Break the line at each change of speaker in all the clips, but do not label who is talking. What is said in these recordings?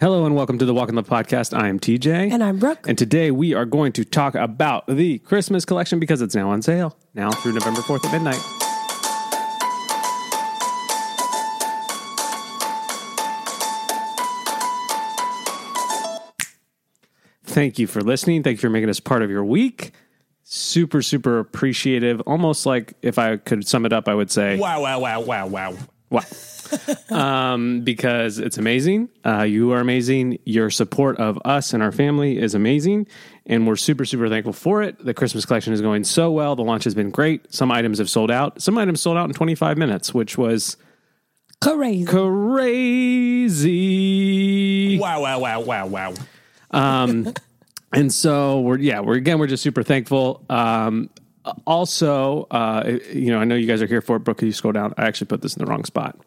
Hello and welcome to the Walk in the Podcast. I am TJ.
And I'm Brooke.
And today we are going to talk about the Christmas collection because it's now on sale, now through November 4th at midnight. Thank you for listening. Thank you for making us part of your week. Super, super appreciative. Almost like if I could sum it up, I would say,
Wow, wow, wow, wow, wow.
Wow. um, because it's amazing. Uh, you are amazing. Your support of us and our family is amazing. And we're super, super thankful for it. The Christmas collection is going so well. The launch has been great. Some items have sold out. Some items sold out in 25 minutes, which was
Crazy.
crazy.
Wow, wow, wow, wow, wow.
And so we're yeah we're again we're just super thankful. Um, also, uh, you know I know you guys are here for it. Brooke, can you scroll down? I actually put this in the wrong spot.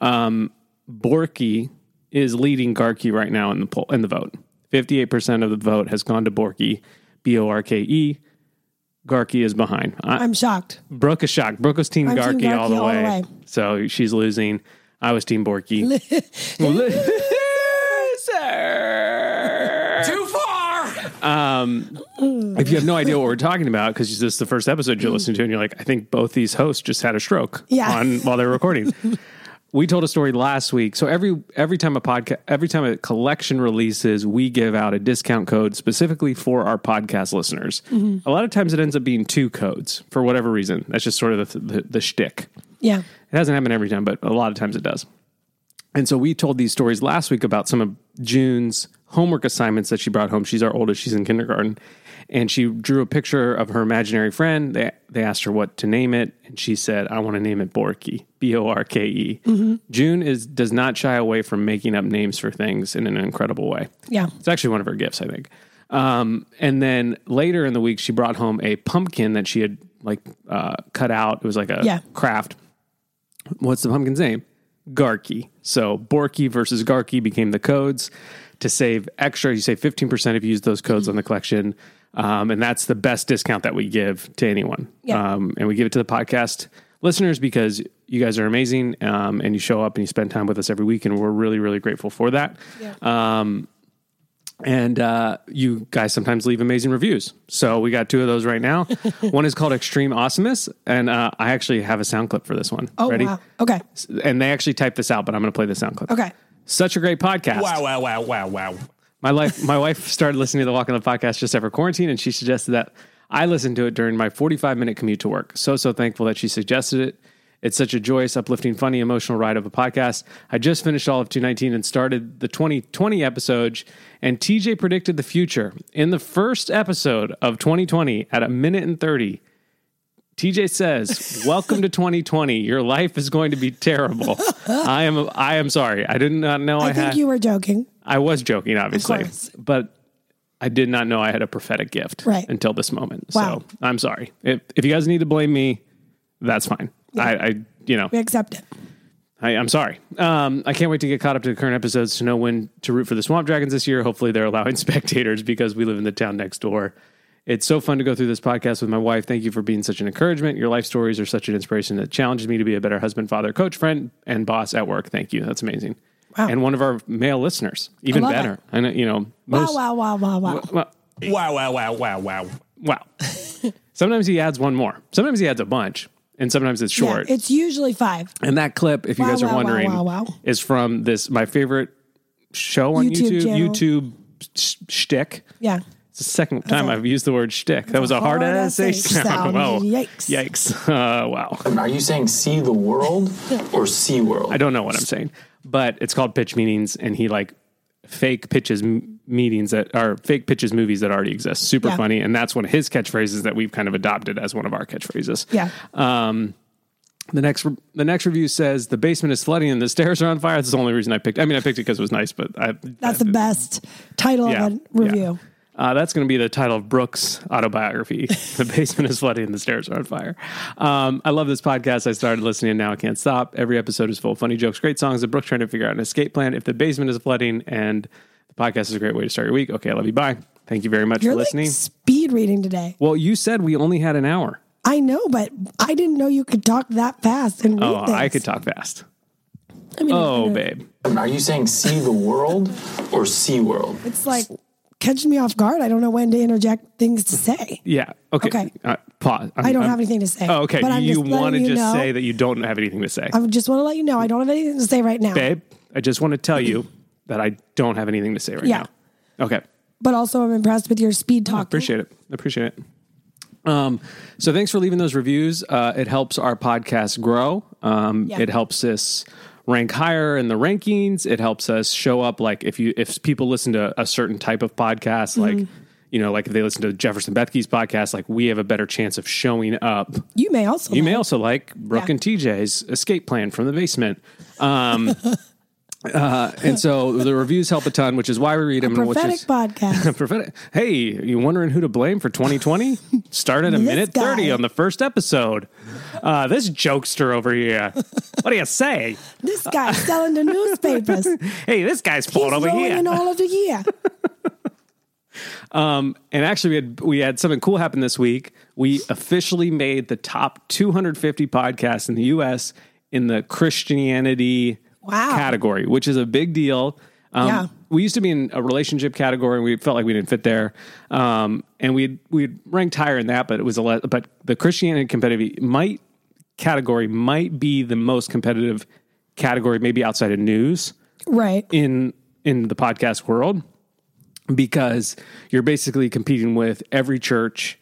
Um, Borky is leading Garkey right now in the poll in the vote. Fifty eight percent of the vote has gone to Borky, B O R K E. Garkey is behind. I,
I'm shocked.
Brooke is shocked. Brooke was team
I'm
Garkey,
team
all, the, way. so she's losing. I was team Borky. Loser.
Too far!
if you have no idea what we're talking about because this is the first episode you're listening to and you're like i think both these hosts just had a stroke
Yeah.
on while they're recording we told a story last week so every every time a podcast every time a collection releases we give out a discount code specifically for our podcast listeners a lot of times it ends up being two codes for whatever reason that's just sort of the the, the shtick
Yeah.
it hasn't happened every time, but a lot of times it does. And so we told these stories last week about some of June's homework assignments that she brought home. She's our oldest, she's in kindergarten. And she drew a picture of her imaginary friend. They, they asked her what to name it. And she said, I want to name it Borky, B O R K E. June is, does not shy away from making up names for things in an incredible way.
Yeah.
It's actually one of her gifts, I think. Um, and then later in the week, she brought home a pumpkin that she had like uh, cut out. It was like a
Yeah.
craft. What's the pumpkin's name? Garky. So Borky versus Garky became the codes to save extra. You save 15% if you use those codes on the collection. Um, and that's the best discount that we give to anyone.
Yeah.
Um, and we give it to the podcast listeners because you guys are amazing um, and you show up and you spend time with us every week. And we're really, really grateful for that. And uh, you guys sometimes leave amazing reviews. So we got two of those right now. one is called Extreme Awesomeness. And uh, I actually have a sound clip for this one.
Oh wow. Okay.
And they actually typed this out, but I'm going to play the sound clip.
Okay.
Such a great podcast.
Wow, wow, wow, wow, wow.
My life, my wife started listening to the Walk on the podcast just after quarantine, and she suggested that I listen to it during my 45 minute commute to work. So so thankful that she suggested it. It's such a joyous, uplifting, funny, emotional ride of a podcast. I just finished all of 219 and started the 2020 episode, and TJ predicted the future in the first episode of 2020 at a minute and 30. TJ says, "Welcome to 2020. Your life is going to be terrible." I am. I am sorry. I did not know I,
I think
had.
you were joking.
I was joking, obviously,
course.
but I did not know I had a prophetic gift
Right.
until this moment.
Wow.
So I'm sorry. If, if you guys need to blame me, that's fine. I, I, you know,
We accept it.
I, I'm sorry. Um, I can't wait to get caught up to the current episodes to know when to root for the Swamp Dragons this year. Hopefully, they're allowing spectators because we live in the town next door. It's so fun to go through this podcast with my wife. Thank you for being such an encouragement. Your life stories are such an inspiration that challenges me to be a better husband, father, coach, friend, and boss at work. Thank you. That's amazing.
Wow.
And one of our male listeners, even
love
better.
it.
I know, you know,
Wow,
most,
wow, wow, wow, wow.
well,
Wow, wow, wow, wow, wow.
wow. sometimes he adds one more. Sometimes he adds a bunch, and sometimes it's
Yeah,
short.
it's usually five.
And that clip, if you
Wow,
guys are
wow, wow,
wondering,
wow, wow.
is from this my favorite show on
YouTube
YouTube,
channel.
YouTube sh- shtick.
Yeah.
It's the second time
a-
I've used the word shtick. That was a hard ass
hard-ass H
sound.
sound.
Wow.
Yikes.
Yikes. Uh, wow.
Are you saying see the world or sea world?
I don't know what I'm saying, but it's called pitch meetings, and he like fake pitches m- meetings that are fake pitches movies that already exist. Super
Yeah.
funny, and that's one of his catchphrases that we've kind of adopted as one of our catchphrases. Um,
Yeah.
The next the next review says the basement is flooding and the stairs are on fire. That's the only reason I picked. I mean, I picked it because it was nice, but I,
That's the best title
yeah,
of a review.
yeah. Uh, that's going to be the title of Brooks' autobiography. the basement is flooding and the stairs are on fire. Um, I love this podcast. I started listening and now I can't stop. Every episode is full of funny jokes, great songs, and Brooks trying to figure out an escape plan if the basement is flooding. And the podcast is a great way to start your week. Okay, I love you. Bye. Thank you very much
You're
for
like
listening.
speed reading today.
well, you said we only had an hour.
I know, but I didn't know you could talk that fast and read
Oh, I
things.
could talk fast.
I mean,
Oh, babe.
Are you saying see the world or Sea World.
It's like catching me off guard. I don't know when to interject things to say.
Yeah. Okay.
Okay.
Uh, pause. I'm-
I don't
I'm-
have anything to say.
Oh, okay.
But I'm
you
just letting
want to
you
just
know-
say that you don't have anything to say.
I would just want to let you know I don't have anything to say right now.
Babe, I just want to tell you that I don't have anything to say right
Yeah.
now. Okay.
But also, I'm impressed with your speed talk.
Appreciate it. Appreciate it. Um, so thanks for leaving those reviews. Uh, it helps our podcast grow. Um,
Yeah.
It helps us rank higher in the rankings. It helps us show up. Like if you if people listen to a certain type of podcast, like
Mm-hmm.
you know, like if they listen to Jefferson Bethke's podcast, like we have a better chance of showing up.
You may also.
You
like-
may also like Brooke
Yeah.
and TJ's escape plan from the basement. Um, uh, and so the reviews help a ton, which is why we read them. and which
prophetic
is,
podcast.
prophetic. Hey, you wondering who to blame for 2020? Start at a
This
minute 30
guy.
on the first episode. Uh, this jokester over here. What do you say?
this guy selling the newspapers. He's
Hey, this guy's pulling over
rolling
here.
in all of the year.
and actually, we had we had something cool happen this week. We officially made the top 250 podcasts in the U.S. in the Christianity
Wow.
category, which is a big deal. Um,
Yeah.
We used to be in a relationship category, and we felt like we didn't fit there. Um, and we we ranked higher in that, but it was a le- but the Christianity competitive might category might be the most competitive category, maybe outside of news
Right.
in in the podcast world because you're basically competing with every church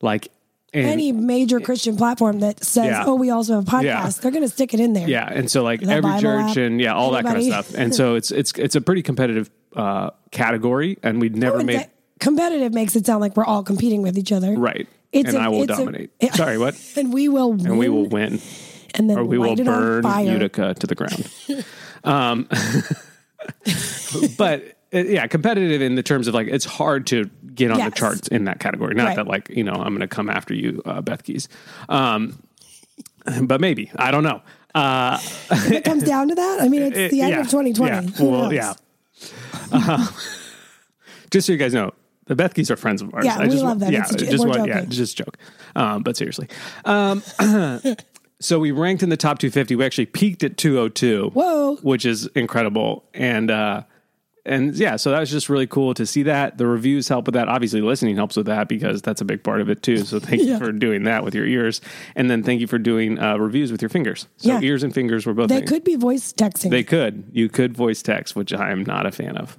like and
Any major Christian platform that says,
Yeah.
oh, we also have podcasts,
Yeah.
they're going to stick it in there.
yeah and so like
The
every
Bible
church
app,
and yeah all that kind
anybody.
of stuff and so it's it's it's a pretty competitive uh category and we'd never
But
made
that- competitive makes it sound like we're all competing with each other.
right
It's
and
a-
I will
it's a-
dominate sorry what
And we will win.
and we will win
And then
or we will
light it on
burn
fire.
Utica to the ground. um, but uh, yeah, competitive in the terms of like it's hard to get on the
Yes.
charts in that category. Not
Right.
that like you know I'm going to come after you, uh, Beth Keys. Um, but maybe I don't know. Uh,
If it comes down to that, I mean, it's
it-
the end
yeah,
of 2020.
yeah,
Who
well,
knows?
yeah. Um, just so you guys know, the Beth Keys are friends of ours.
Yeah, we
just,
love them.
Yeah,
It's a jo-
just
we're
want- yeah,
joking.
it's just a joke. Um, but seriously, um, so we ranked in the top 250. We actually peaked at 202.
Whoa.
which is incredible. And uh, and yeah, so that was just really cool to see that. The reviews help with that. Obviously, listening helps with that because that's a big part of it too. So thank you
Yeah.
for doing that with your ears, and then thank you for doing uh, reviews with your fingers. So
Yeah.
ears and fingers were both
They
things.
could be voice texting.
They could. You could voice text, which I am not a fan of.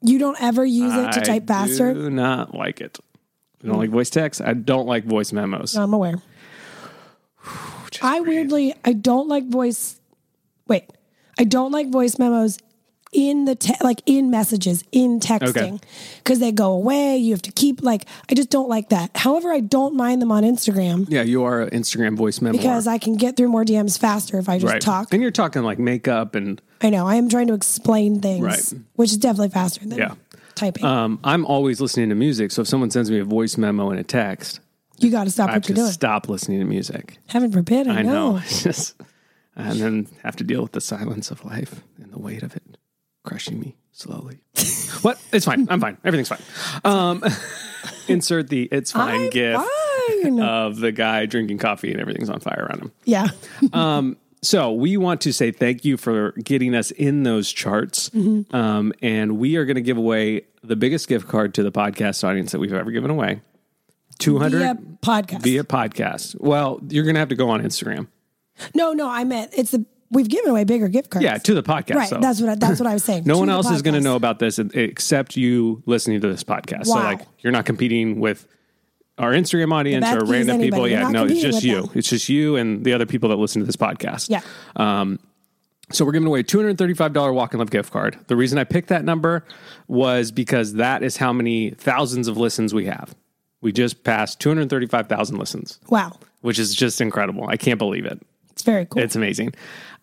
you don't ever use it to
I
type faster.
do not like it. I don't like voice text. I don't like voice memos.
I'm aware. I weirdly, I don't like voice. Wait, I don't like voice memos in the te- like in messages in texting because they go away. You have to keep like I just don't like that. However, I don't mind them on Instagram
Yeah, you are an Instagram voice memo.
because I can get through more DMs faster if I just talk.
And you're talking like makeup and
I know I am trying to explain things,
Right.
which is definitely faster than
Yeah.
typing.
um, I'm always listening to music. So if someone sends me a voice memo and a text,
you got to stop
I have
what
to
you're doing.
stop listening to music.
Heaven forbid. I,
I
know.
know. It's just, and then have to deal with the silence of life and the weight of it crushing me slowly. what? It's fine. I'm fine. Everything's fine. Um, insert the it's fine
I'm
gif
fine.
of the guy drinking coffee and everything's on fire around him.
yeah.
So we want to say thank you for getting us in those charts.
Mm-hmm.
Um, and we are going to give away the biggest gift card to the podcast audience that we've ever given away. 200
Via podcast.
via podcast. Well, you're going to have to go on Instagram.
No, no, I meant it's the we've given away bigger gift cards.
Yeah, to the podcast.
right.
so.
That's what I, that's what I was saying.
No
To
one
the
else is going to
podcast.
know about this e-, except you listening to this podcast. So
Wow.
like you're not competing with our Instagram audience
Beth
or
Keys,
random people.
anybody. You're
Yeah,
not
no, it's
competing
just
with
you.
them.
It's just you and the other people that listen to this podcast. Um,
Yeah.
So we're giving away a $235 walk and love gift card. The reason I picked that number was because that is how many thousands of listens we have. We just passed 235,000 listens,
Wow.
which is just incredible. I can't believe it.
It's very cool.
It's amazing.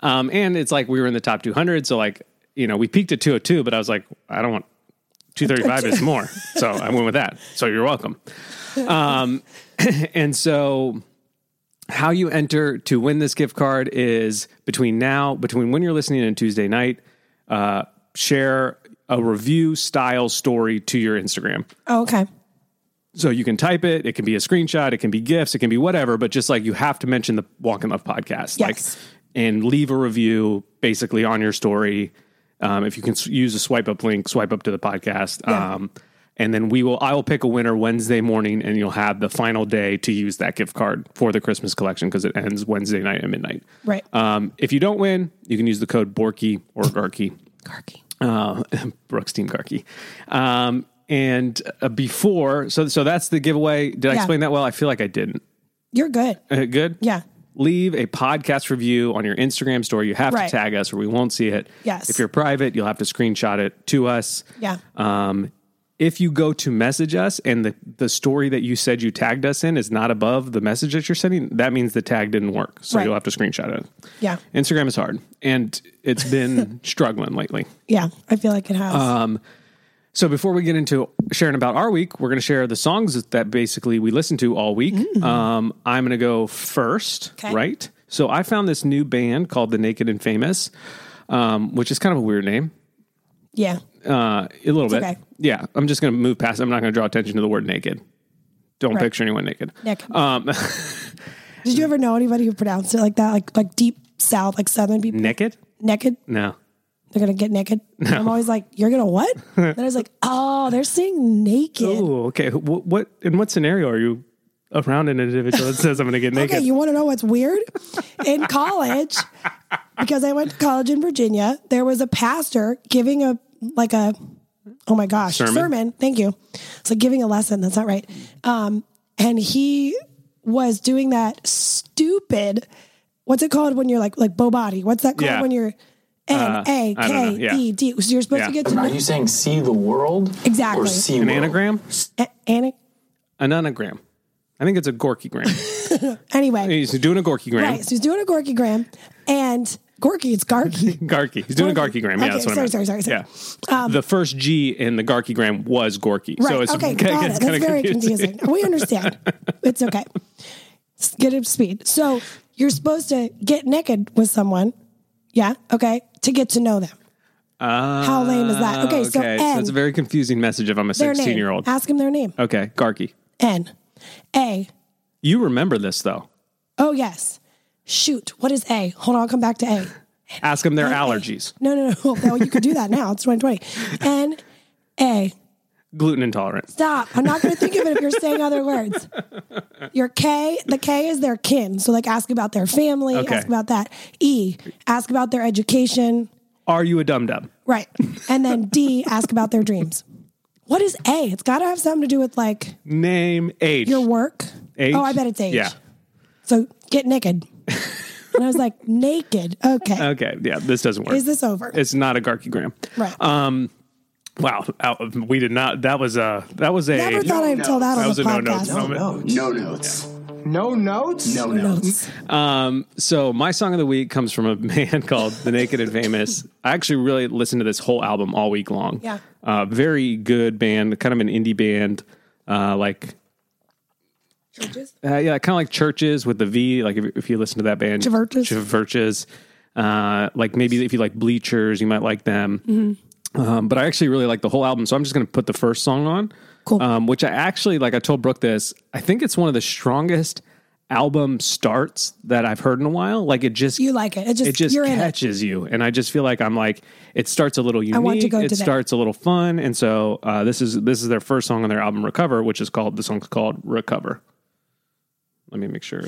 Um, and it's like we were in the top 200. So, like, you know, we peaked at 202, but I was like, I don't want 235 is more. So I went with that. So you're welcome. Um, and so how you enter to win this gift card is between now, between when you're listening and Tuesday night, uh, share a review style story to your Instagram.
oh, okay.
So you can type it. It can be a screenshot. It can be gifs. It can be whatever. But just like you have to mention the Walk and Love podcast,
Yes.
like, and leave a review basically on your story, Um, if you can s- use a swipe up link, swipe up to the podcast. Um, and then we will, I will pick a winner Wednesday morning and you'll have the final day to use that gift card for the Christmas collection because it ends Wednesday night at midnight.
Right.
Um, if you don't win, you can use the code Borky or Garky
Garkey.
uh, Brooks Team Garkey. Um, and uh, before, so so that's the giveaway. Did I
Yeah.
explain that well? I feel like I didn't.
You're good.
Uh, good.
Yeah.
Leave a podcast review on your Instagram story. You have
Right.
to tag us, or we won't see it.
Yes.
If you're private, you'll have to screenshot it to us.
Yeah.
Um, if you go to message us and the, the story that you said you tagged us in is not above the message that you're sending, that means the tag didn't work. So
Right.
you'll have to screenshot it.
Yeah.
Instagram is hard and it's been struggling lately.
Yeah. I feel like it has.
Um, So before we get into sharing about our week, we're going to share the songs that basically we listened to all week.
Mm.
Um, I'm going to go first,
'Kay.
right? So I found this new band called The Naked and Famous, um, which is kind of a weird name,
yeah.
uh, a little bit.
okay.
Yeah, I'm just going to move past. I'm not going to draw attention to the word naked. Don't
Right.
picture anyone naked.
Nick.
Um,
Did you ever know anybody who pronounced it like that? Like like deep south, like southern people
naked?
naked?
No.
They're gonna get naked. I'm always like, You're gonna what? and I was like, Oh, they're saying naked.
Oh, okay. What, what in what scenario are you around an individual that says I'm going to get naked?
Okay, you want to know what's weird? In college, because I went to college in Virginia, there was a pastor giving a like a oh my gosh
Sermon?
sermon. Thank you. It's like giving a lesson. That's not right. Um, and he was doing that stupid. What's it called when you're like like bow body? What's that called
Yeah. Uh,
when you're N A
I don't know.
K
Yeah.
E D? So you're supposed
Yeah.
to get to
Are
know
you saying see the world
Exactly.
or see
an
world?
anagram?
a- Annie.
An anagram. I think it's a Gorkygram.
Anyway,
He's doing a Gorky gram.
right. So he's doing a Gorky gram, and Gorky, it's Garky.
Gorky. He's doing a Gorky
Gorky.
gram. Yeah,
Okay,
that's what I
sorry,
meant.
sorry, sorry, sorry. Um,
Yeah. the first G in the Gorky gram was Gorky. So it's
okay,
it
got
gets
it. That's
kinda
very confusing. We understand. it's okay. S- Get up to speed. So you're supposed to get naked with someone. Yeah. Okay. To get to know them. How lame is that? Okay. So
Ah, okay.
N.
it's a very confusing message if I'm a
their
16
name.
year old.
Ask them their name.
Okay, Gorky.
N. A.
You remember this though.
Oh yes. Shoot. What is A? Hold on. I'll come back to A.
Ask them their
A.
allergies.
No, no, no. No, you could do that now. It's 2020. N. A.
Gluten intolerant.
Stop. I'm not going to think of it if you're saying other words. Your K, the K is their kin. So, like, ask about their family,
Okay.
ask about that. E, ask about their education.
Are you a dum dum?
Right. And then D, ask about their dreams. What is A? It's got to have something to do with like
Name age.
your work.
age.
Oh, I bet it's age.
Yeah.
So, get naked. and I was like, naked. Okay.
Okay. Yeah. This doesn't work.
is this over?
it's um, not a Gorky gram.
right.
Wow. out- we did not. That was a. That was a. oh
Never thought I'd tell that,
that
on
was
the
a no no
podcast.
moment.
No notes. No notes? No
Notes.
So my song of the week comes from a band called The Naked and Famous. I actually really listened to this whole album all week long.
Yeah.
uh, very good band, kind of an indie band, uh, like
Churches?
uh, yeah, kind of like churches with the V. Like if, if you listen to that band,
Churches.
Churches. Uh, like maybe if you like Bleachers, you might like them. Um, but I actually really like the whole album, so I'm just going to put the first song on.
Cool.
Um, which I actually like. I told Brooke this. I think it's one of the strongest album starts that I've heard in a while. Like it just
You like it. It just,
it just
you're in it.
catches you and i just feel like i'm like it starts a little unique
want to go
it
to that.
starts a little fun and so uh, this is this is their first song on their album recover which is called the song's called recover let me make sure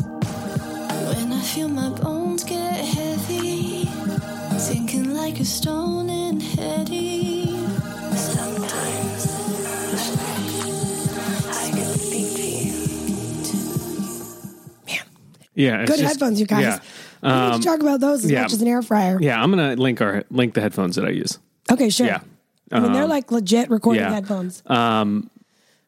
When I feel my bones get heavy, sinking like a stone and heady. Sometimes I can speak to you.
yeah it's
Good
just-
headphones, you guys.
yeah
we need to talk about those as
um, yeah.
much as an air fryer.
yeah i'm gonna link our link the headphones that i use
Okay, sure.
yeah
I mean, they're like legit recording
Um, yeah. Uh,
headphones.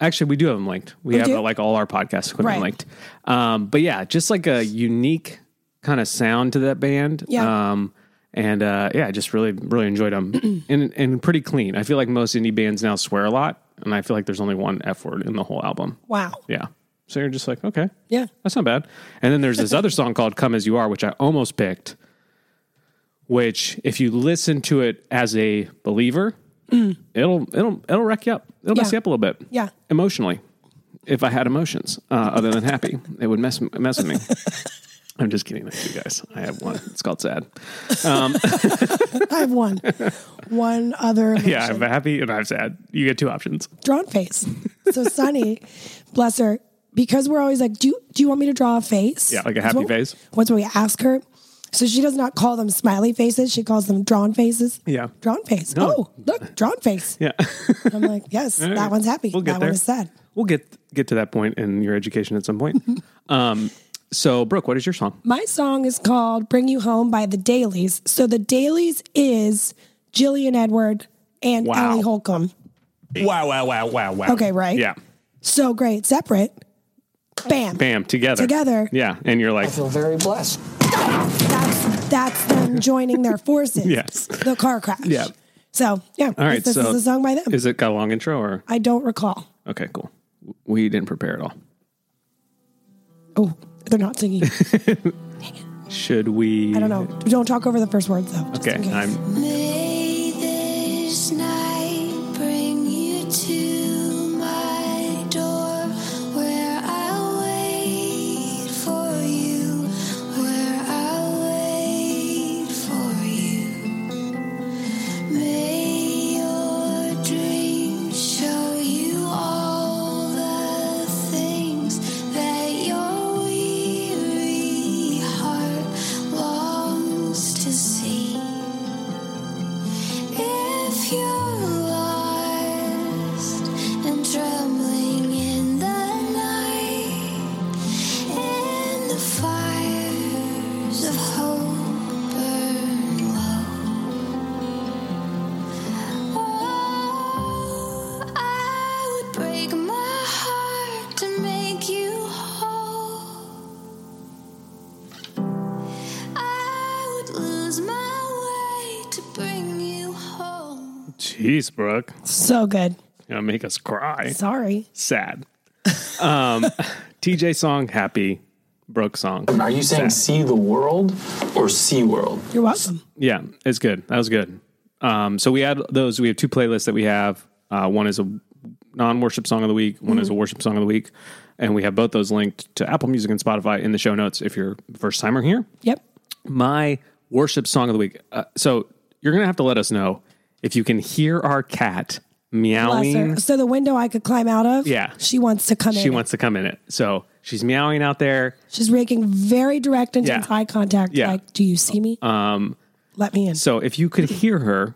Actually, we do have them linked. We, have
do?
uh, like all our podcast equipment
Right.
linked. Um, but yeah, just like a unique kind of sound to that band.
Yeah.
Um, and uh, yeah, I just really, really enjoyed them and, and pretty clean. I feel like most indie bands now swear a lot. And I feel like there's only one F word in the whole album.
Wow.
Yeah. So you're just like, okay,
Yeah.
that's not bad. And then there's this other song called Come As You Are, which I almost picked, which if you listen to it as a believer, it'll it'll it'll wreck you up. It'll mess
Mm. Yeah.
you up a little bit.
Yeah.
Emotionally. If I had emotions uh, other than happy, it would mess mess with me. I'm just kidding, like you guys. I have one. It's called sad.
I have one. one other
Yeah, I have happy and I have sad. You get two options.
drawn face. So Sunny, bless her, because we're always like, do you, do you want me to draw a face?
Yeah, like a
That's
happy
what-
face.
What's what we ask her. So she does not call them smiley faces. She calls them drawn faces.
Yeah.
Drawn face.
No.
Oh, look, drawn face.
Yeah.
I'm like, yes, that one's happy.
We'll get
that
there.
one is sad.
we'll get get to that point in your education at some point. um, so Brooke, what is your song?
My song is called Bring You Home by The Dailies. So The Dailies is Jillian Edward and
Wow.
Ellie Holcomb.
Wow, wow, wow, wow, wow.
Okay, right?
Yeah.
So great. Separate. Bam.
Bam, together.
Together.
Yeah. And you're like,
I feel very blessed.
That's, that's them joining their forces.
Yes.
The car crash.
Yeah.
So, yeah.
all right,
This, this
so
is a song by them.
Is it got a long intro or
I don't recall.
okay, cool. We didn't prepare at all.
Oh, they're not singing.
Should we
I don't know. Don't talk over the first words, though. just
Okay.
in case.
I'm
May this night bring you to my door where I'll wait for you, where I'll wait for you. May your dreams show you all the things that your weary heart longs to see. If you're lost and trembling in the night, and the fires of hope burn low, oh, I would break my heart to make you whole. I would lose my way to bring you home.
jeez, Brooke.
So good.
You're gonna make us cry.
Sorry.
Sad. Um TJ song, happy. Brooke song.
Are you saying see the world or Sea World?
You're welcome.
Yeah, it's good. That was good. Um, so we had those. We have two playlists that we have. Uh, one is a non-worship song of the week. One is
Mm-hmm.
a worship song of the week, and we have both those linked to Apple Music and Spotify in the show notes if you're a first timer here.
Yep.
My worship song of the week. Uh, so you're gonna have to let us know if you can hear our cat
Bless
meowing.
her. So the window I could climb out of.
Yeah.
She wants to come in.
She wants to come in it. So she's meowing out there.
She's making very direct and
Yeah.
eye contact.
Yeah.
Like, do you see me? Um, let me in.
So if you could hear her,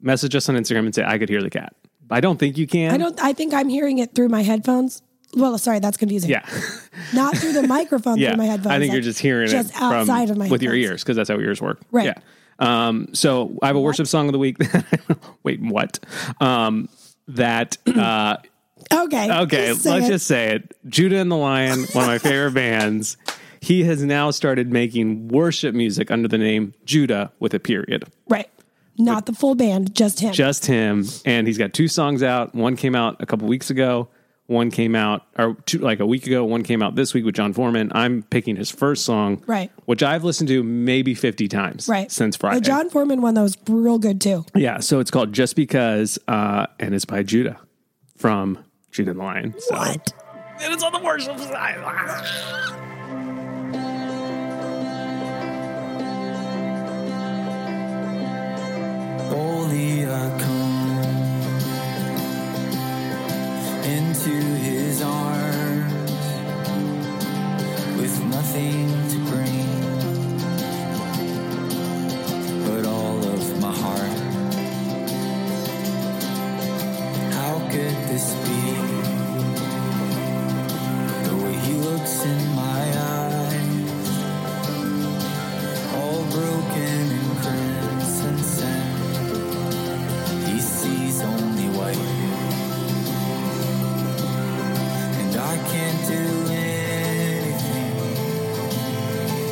message us on Instagram and say I could hear the cat. I don't think you can.
I don't. I think I'm hearing it through my headphones. Well, sorry, that's confusing.
Yeah.
Not through the microphone
Yeah,
through my headphones.
I think
like,
you're just hearing
just
it from-
outside of my
with your
headphones.
ears because that's how ears work.
Right.
Yeah. Um, so I have a worship song of the week. Wait, what? Um, that uh,
Okay.
okay.
Just sing
let's
it.
just say it. Judah and the Lion, one of my favorite bands. He has now started making worship music under the name Judah with a period.
right. Not the full band, just him.
Just him, and he's got two songs out. One came out a couple weeks ago. One came out or two, like a week ago. One came out this week with John Foreman. I'm picking his first song,
Right.
Which I've listened to maybe 50 times,
right
since Friday.
The John Foreman one that was real good too.
yeah. So it's called Just Because, uh, and it's by Judah from Judah and the Lion. So
What?
And it's on the worship side.
Only I come into his arms with nothing to bring but all of my heart. How could this be? The way he looks in my eyes, all broken and crimson. sand. He do anything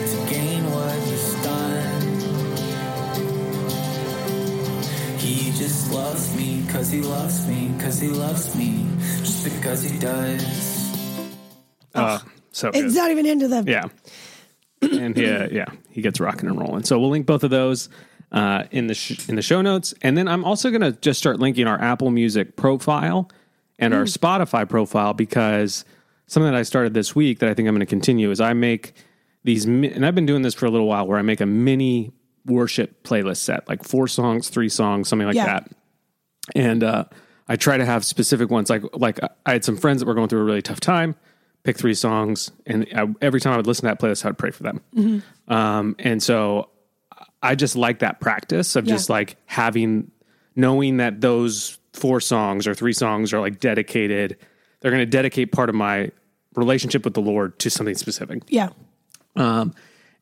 to gain what was done. He just loves me cause he loves me cause he loves me just because he does.
Uh, so good.
It's not even into the.
Yeah. And yeah, yeah, he gets rocking and rolling. So we'll link both of those uh, in the sh- in the show notes, and then I'm also going to just start linking our Apple Music profile and our Spotify profile because something that I started this week that I think I'm going to continue is I make these, mi- and I've been doing this for a little while, where I make a mini worship playlist set, like four songs, three songs, something like
Yeah.
that and uh, I try to have specific ones. Like like I had some friends that were going through a really tough time. Pick three songs, and I, every time I would listen to that playlist, I'd pray for them. Um, and so I just like that practice of just
Yeah.
like having knowing that those four songs or three songs are like dedicated. They're going to dedicate part of my relationship with the Lord to something specific.
Yeah.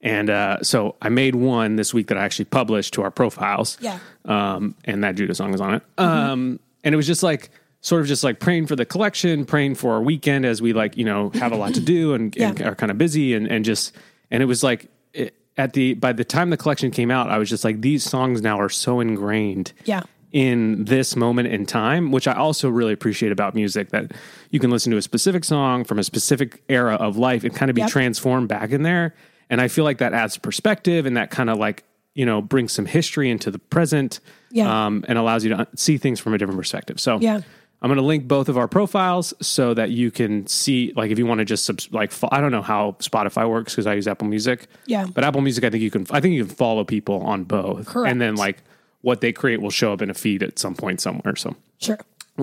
And uh, so I made one this week that I actually published to our profiles.
Yeah.
Um, and that Judah song is on it. Um, and it was just like sort of just like praying for the collection, praying for our weekend as we like you know have a lot to do and, and
Yeah.
are kind of busy and and just and it was like it, at the by the time the collection came out, I was just like these songs now are so ingrained
Yeah.
in this moment in time, which I also really appreciate about music that you can listen to a specific song from a specific era of life and kind of be
Yep.
transformed back in there. And I feel like that adds perspective and that kind of like, you know, brings some history into the present
Yeah.
um, and allows you to see things from a different perspective. So
Yeah.
I'm going to link both of our profiles so that you can see, like, if you want to just subs- like, fo- I don't know how Spotify works because I use Apple Music.
Yeah.
But Apple Music, I think you can, I think you can follow people on both.
Correct.
And then like what they create will show up in a feed at some point somewhere. So,
Sure.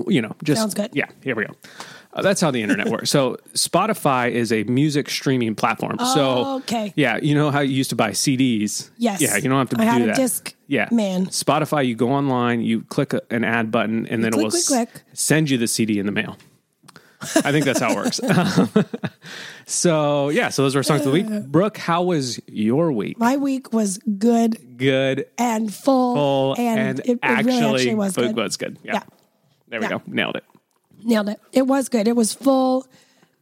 you know, just
Sounds good.
Yeah, here we go. Uh, that's how the internet works. So Spotify is a music streaming platform. so
Oh, okay.
yeah, you know how you used to buy CDs.
Yes.
Yeah, you don't have to
I
do
had a
that.
disc
yeah,
man.
Spotify, you go online, you click a, an ad button, and then it
click,
will
click,
s-
click.
send you the CD in the mail. I think that's how it works. so yeah, so those were songs of the week.
Uh.
Brooke, how was your week?
My week was good
Good,
and full,
full,
Oh, and, it, it
actually,
really actually was good.
was good. Yeah.
Yeah.
There we
Yeah.
go. Nailed it.
Nailed it. It was good. It was full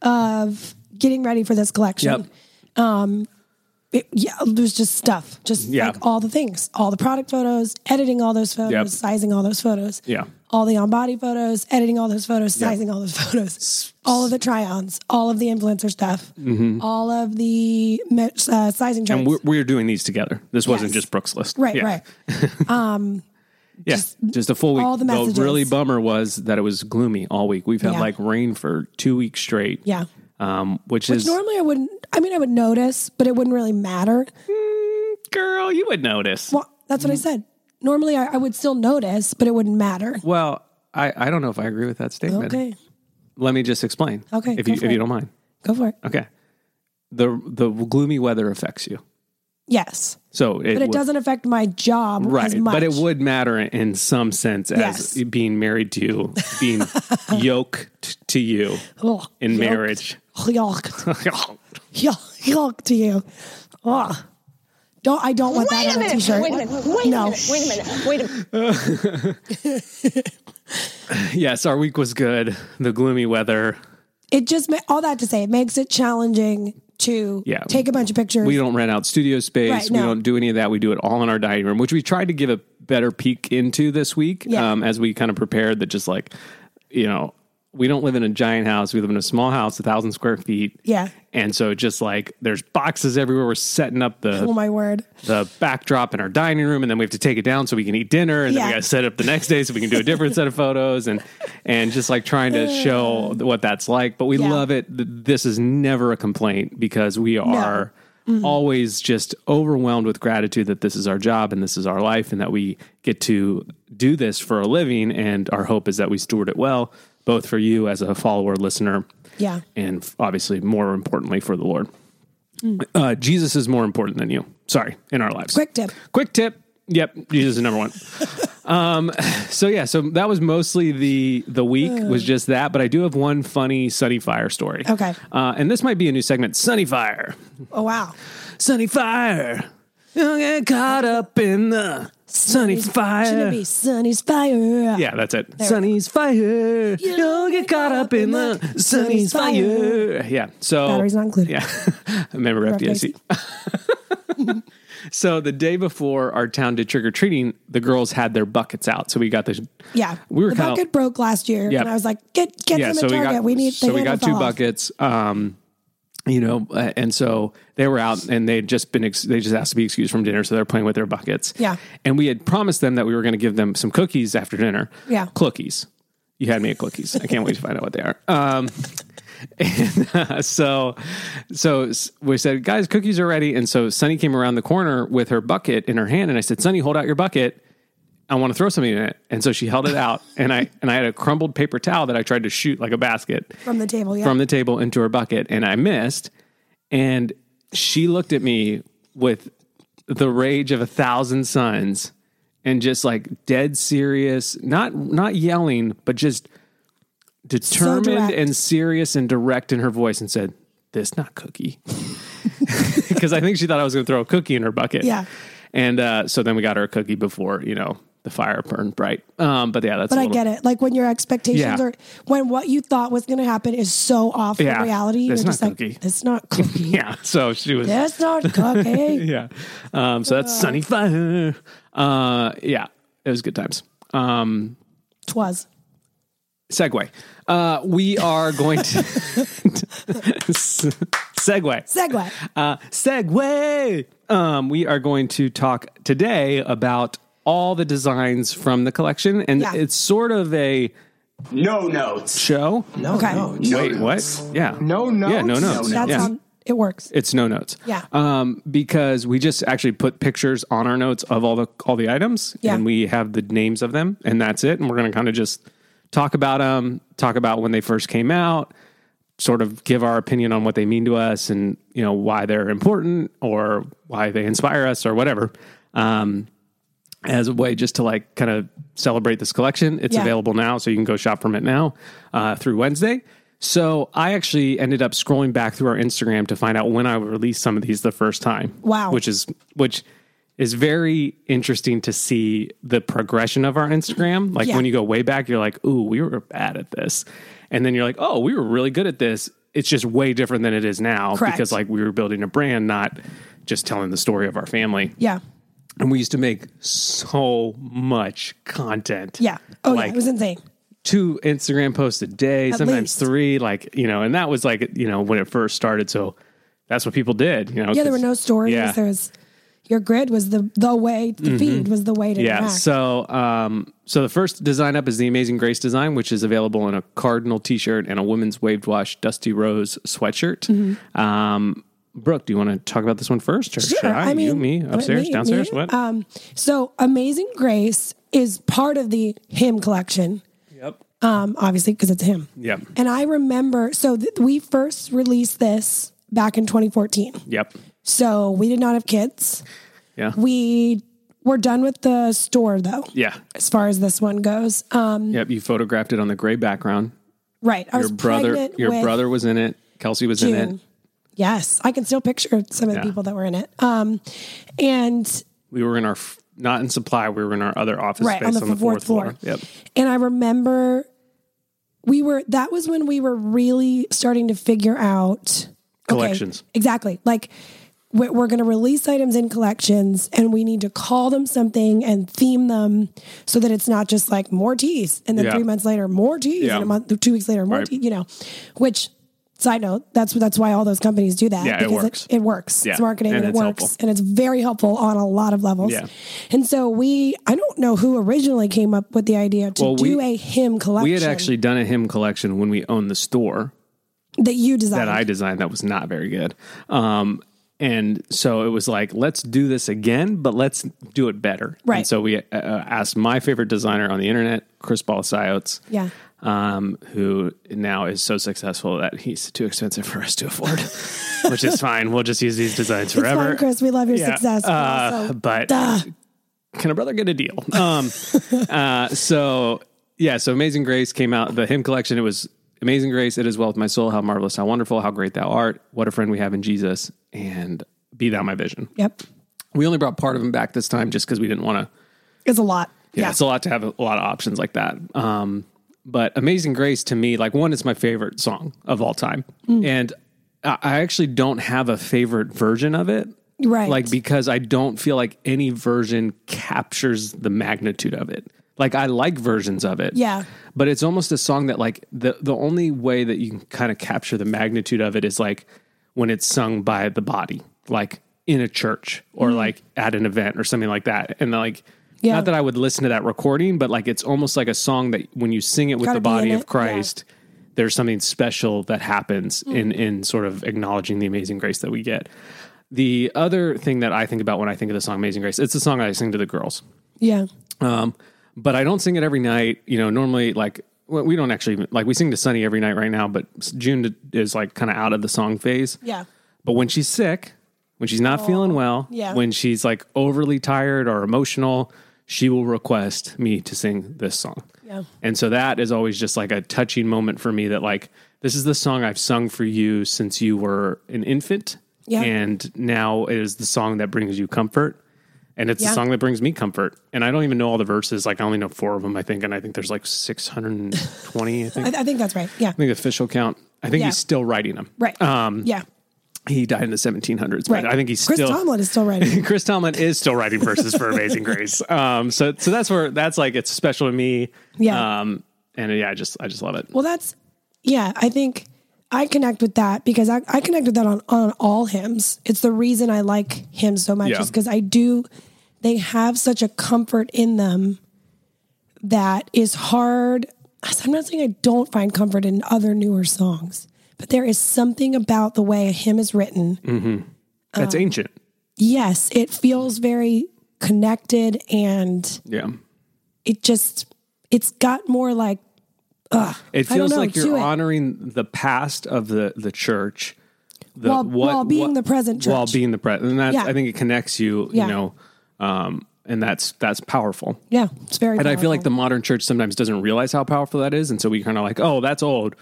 of getting ready for this collection.
Yep.
It- yeah, there's just stuff, just
Yeah.
like all the things, all the product photos, editing all those photos,
Yep.
sizing all those photos.
Yeah.
All the on body photos, editing all those photos, sizing all those photos, all of the try ons, all of the influencer stuff, all of the me- uh, sizing charts.
Mm-hmm. And we're, we're doing these together. This wasn't
Yes.
just Brooke's list.
right,
Yeah.
right.
Yeah. Just, a full week.
all the messages.
really bummer was that it was gloomy all week. We've had
Yeah.
like rain for two weeks straight.
Yeah.
Um, which, is,
Normally, I wouldn't, I mean, I would notice, but it wouldn't really matter.
girl, you would notice. Well,
Well, that's what I
Mm-hmm.
said. Normally, I, I would still notice, but it wouldn't matter.
I, I don't know if I agree with that statement.
Okay,
Let me just explain.
Okay,
If
go
you,
for
if you
it.
don't mind.
go for it.
Okay. The, the gloomy weather affects you.
Yes,
So it,
but it
would-
doesn't affect my job as
Right.
much.
But it would matter in- in some sense as
Yes.
being married to you, being yoked to you
Ugh,
in
yuck.
marriage.
Yuck. Yuck. Yuck to you. Ugh. Ah. Don't I don't want that on a t-shirt.
Wait a minute. Wait
no.
a minute. Wait a minute. Wait a minute.
yes, our week was good. The gloomy weather.
It just ma- all that to say it makes it challenging to
Yeah.
take a bunch of pictures.
We don't rent out studio space.
Right,
We
no.
don't do any of that. We do it all in our dining room, which we tried to give a better peek into this week
Yeah.
um, as we kind of prepared that just like, you know, we don't live in a giant house. We live in a small house, a thousand square feet.
Yeah.
And so just like there's boxes everywhere. We're setting up the
Oh my word.
the backdrop in our dining room, and then we have to take it down so we can eat dinner, and then
Yeah.
we got to set it up the next day so we can do a different set of photos, and and just like trying to show what that's like. But we
Yeah.
love it. Th- This is never a complaint because we are
Mm-hmm.
always just overwhelmed with gratitude that this is our job and this is our life, and that we get to do this for a living. And our hope is that we steward it well, both for you as a follower, listener,
Yeah.
and f- obviously more importantly for the Lord. Uh, Jesus is more important than you. Sorry, in our lives.
Quick tip.
Quick tip. Yep, Jesus is number one. um, so yeah, so that was mostly the the week
Uh.
was just that, but I do have one funny Sunny Fire story.
Okay.
uh, and this might be a new segment, Sunny Fire.
Oh wow.
Sunny Fire. Don't get caught up in the sunny's
Shouldn't it
fire.
be Sunny's fire?
Yeah, that's it.
There.
Sunny's fire. Don't get caught up in the sunny's
sunny's fire.
fire. Yeah. So
Batteries not included.
Yeah. Remember FDIC. so the day before our town did trick or treating, the girls had their buckets out. So we got the
Yeah.
We were
the
kinda-
bucket broke last year,
Yeah.
and I was like, "Get get
yeah,
them
so
at
we
Target. We,
got
need."
so
they
we
handle
got two
fall off.
buckets. Um, you know, uh, and so they were out and they'd just been ex- they just asked to be excused from dinner, so they're playing with their buckets.
Yeah.
and we had promised them that we were going to give them some cookies after dinner.
Yeah.
cookies. You had me at cookies. I can't wait to find out what they are. Um, and uh, so, so s- we said, guys, cookies are ready. And so Sunny came around the corner with her bucket in her hand, and I said, Sunny, hold out your bucket. I want to throw something in it. And so she held it out, and I and I had a crumbled paper towel that I tried to shoot like a basket
from the table. Yeah.
from the table into her bucket, and I missed. And she looked at me with the rage of a thousand suns, and just like dead serious, not not yelling, but just determined
direct.
and serious and direct in her voice, and said, "This not cookie," because I think she thought I was going to throw a cookie in her bucket.
Yeah.
and uh, so then we got her a cookie before you know the fire burned bright. Um, but yeah, that's
but
a
I
little-
get it. Like when your expectations
Yeah.
are, when what you thought was going to happen is so off
Yeah.
from reality,
That's
you're
not
just like,
cookie.
"It's not cookie.
Yeah, so she was.
That's not cookie."
yeah. Um, so that's Sunny Fire. Uh, yeah, it was good times. Um,
Twas.
segue. Uh, we are going to segue.
Segway.
Uh, segue. Um, we are going to talk today about all the designs from the collection, and
Yeah.
it's sort of a
No notes.
show.
No
Okay.
notes. No
Wait,
notes.
what? Yeah.
No notes.
Yeah, Oh, no notes.
No
That's
yeah.
how it works.
It's no notes.
Yeah.
Um, because we just actually put pictures on our notes of all the all the items,
Yeah.
and we have the names of them, and that's it. And we're going to kind of just talk about them, talk about when they first came out, sort of give our opinion on what they mean to us, and you know why they're important or why they inspire us or whatever. Um, as a way just to like kind of celebrate this collection. It's
Yeah.
available now, so you can go shop from it now uh, through Wednesday. So I actually ended up scrolling back through our Instagram to find out when I released some of these the first time.
Wow.
which is which is very interesting to see the progression of our Instagram. Like
Yeah.
when you go way back, you're like, "Ooh, we were bad at this," and then you're like, "Oh, we were really good at this." It's just way different than it is now
Correct.
because like we were building a brand, not just telling the story of our family.
Yeah.
And we used to make so much content.
Yeah. Oh,
like
yeah. It was insane.
two Instagram posts a day, sometimes
least.
three. Like, you know, and that was like, you know, when it first started. So that's what people did, you know.
Yeah, there were
'cause-
no stories.
Yeah. Mm-hmm.
There was your grid was the the way. The feed was the way to
yeah.
interact.
So, um, so the first design up is the Amazing Grace design, which is available in a cardinal T-shirt and a women's waved wash dusty rose sweatshirt.
Mm-hmm.
Um, Brooke, do you want to talk about this one first, or should I? you, me,
what-
upstairs,
me,
downstairs,
me?
what?
Um, so Amazing Grace is part of the hymn collection.
yep.
Um, obviously because it's him.
Yep.
And I remember, so th- we first released this back in 2014.
Yep.
So we did not have kids.
Yeah.
We were done with the store though.
yeah.
As far as this one goes, um,
Yep. You photographed it on the gray background.
right? I
your
was
brother
pregnant
your
with
brother was in it kelsey was in
June.
it
Yes, I can still picture some of the
Yeah.
people that were in it. Um, and
we were in our f- not in supply we were in our other office
Right,
space on the, fourth floor, yep
And I remember we were that was when we were really starting to figure out okay,
Collections.
exactly. Like we're, we're going to release items in collections and we need to call them something and theme them so that it's not just like more teas and then
Yeah.
3 months later more teas
Yeah.
and a month 2 weeks later more
Right.
tea, you know. Which side note, that's that's why all those companies do that
Yeah, it works.
it, works.
Yeah,
It's marketing
and
and,
it's
it works
helpful.
and it's very helpful on a lot of levels.
Yeah.
And so we, I don't know who originally came up with the idea to
Well, we-
do a hymn collection
we had actually done a hymn collection when we owned the store
that you designed.
that i designed that was not very good um and so it was like let's do this again but let's do it better and
Right.
so we uh, uh, asked my favorite designer on the internet chris balasiotes
Yeah.
um, who now is so successful that he's too expensive for us to afford, which is fine. We'll just use these designs
It's
forever.
fine, Chris. We love your
Yeah,
success. but
uh,
also,
but
duh.
can a brother get a deal? Um, uh, so yeah, so Amazing Grace came out the hymn collection. It was Amazing Grace. It is well with my soul. How marvelous, how wonderful, how great thou art. What a friend we have in Jesus, and be thou my vision.
Yep.
We only brought part of them back this time just because we didn't want to.
It's a lot.
Yeah,
Yeah.
it's a lot to have a, lot of options like that. Um, but Amazing Grace to me, like one, it's my favorite song of all time,
Mm.
and I, I actually don't have a favorite version of it.
Right.
Like because I don't feel like any version captures the magnitude of it. Like I like versions of it.
Yeah.
But it's almost a song that like the the only way that you can kind of capture the magnitude of it is like when it's sung by the body, like in a church or like at an event or something like that. And like
Mm-hmm. Yeah.
not that I would listen to that recording, but like it's almost like a song that when you sing it with the
Gotta be in
body
it,
of
yeah.
Christ, there's something special that happens
Mm.
in in sort of acknowledging the amazing grace that we get. The other thing that I think about when I think of the song Amazing Grace, it's the song I sing to the girls.
yeah.
Um, but I don't sing it every night. You know, normally like well, we don't actually even- like we sing to Sunny every night right now, but June is like kind of out of the song phase.
Yeah.
But when she's sick, when she's not feeling well,
Oh, yeah.
when she's like overly tired or emotional, she will request me to sing this song.
Yeah.
And so that is always just like a touching moment for me that like this is the song I've sung for you since you were an infant.
Yeah.
And now it is the song that brings you comfort. And it's
Yeah.
the song that brings me comfort. And I don't even know all the verses. Like I only know four of them, I think. And I think there's like 620, I think.
I, I think that's right. Yeah.
I think the official count. I think
Yeah.
he's still writing them.
Right. Um, yeah.
He died in the 1700s,
Right.
but I think he's
Chris
still.
Tomlin is still writing.
Chris Tomlin is still writing verses for Amazing Grace. Um, so so that's where that's like it's special to me.
Yeah.
Um, and yeah, I just I just love it.
Well, that's yeah. I think I connect with that because I, I connect with that on on all hymns. It's the reason I like hymns so much
Yeah.
is because I do. They have such a comfort in them that is hard. I'm not saying I don't find comfort in other newer songs, but there is something about the way a hymn is written. um,
That's ancient.
Yes, it feels very connected and
Yeah.
it just it's got more like
It
I don't
feels
know,
like you're
to it.
honoring the past of the the church, the,
While- while being the present
while
church.
being the present. And that's
Yeah.
I think it connects you,
Yeah.
you know, um, and that's that's powerful.
yeah, it's very
And I feel
powerful.
like the modern church sometimes doesn't realize how powerful that is, and so we kind of like, oh, that's old.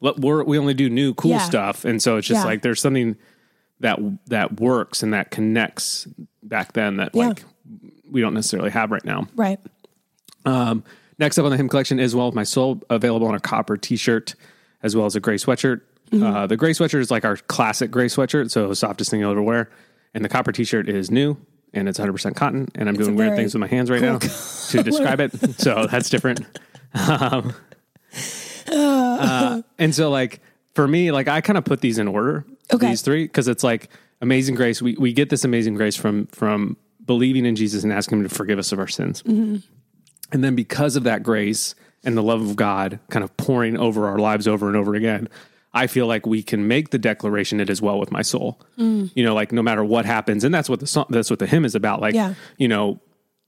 Let- We're, we only do new cool
Yeah.
stuff, and so it's just
Yeah.
like there's something that that works and that connects back then that
Yeah.
like we don't necessarily have right now.
right.
Next up on the hymn collection is Well With My Soul, available on a copper t shirt as well as a gray sweatshirt.
Mm-hmm.
Uh, the gray sweatshirt is like our classic gray sweatshirt, so softest thing you'll ever wear. And the copper t shirt is new and it's 100% cotton. And I'm doing weird
very
things with my hands right now to describe it. So that's different. Um, uh, and so, like, for me, like, I kind of put these in order,
Okay.
these three, because it's like Amazing Grace. We, we get this Amazing Grace from, from believing in Jesus and asking Him to forgive us of our sins. And then because of that grace and the love of God kind of pouring over our lives over and over again, I feel like we can make the declaration it is well with my soul.
Mm.
You know, like no matter what happens, and that's what the song that's what the hymn is about. Like,
Yeah.
you know,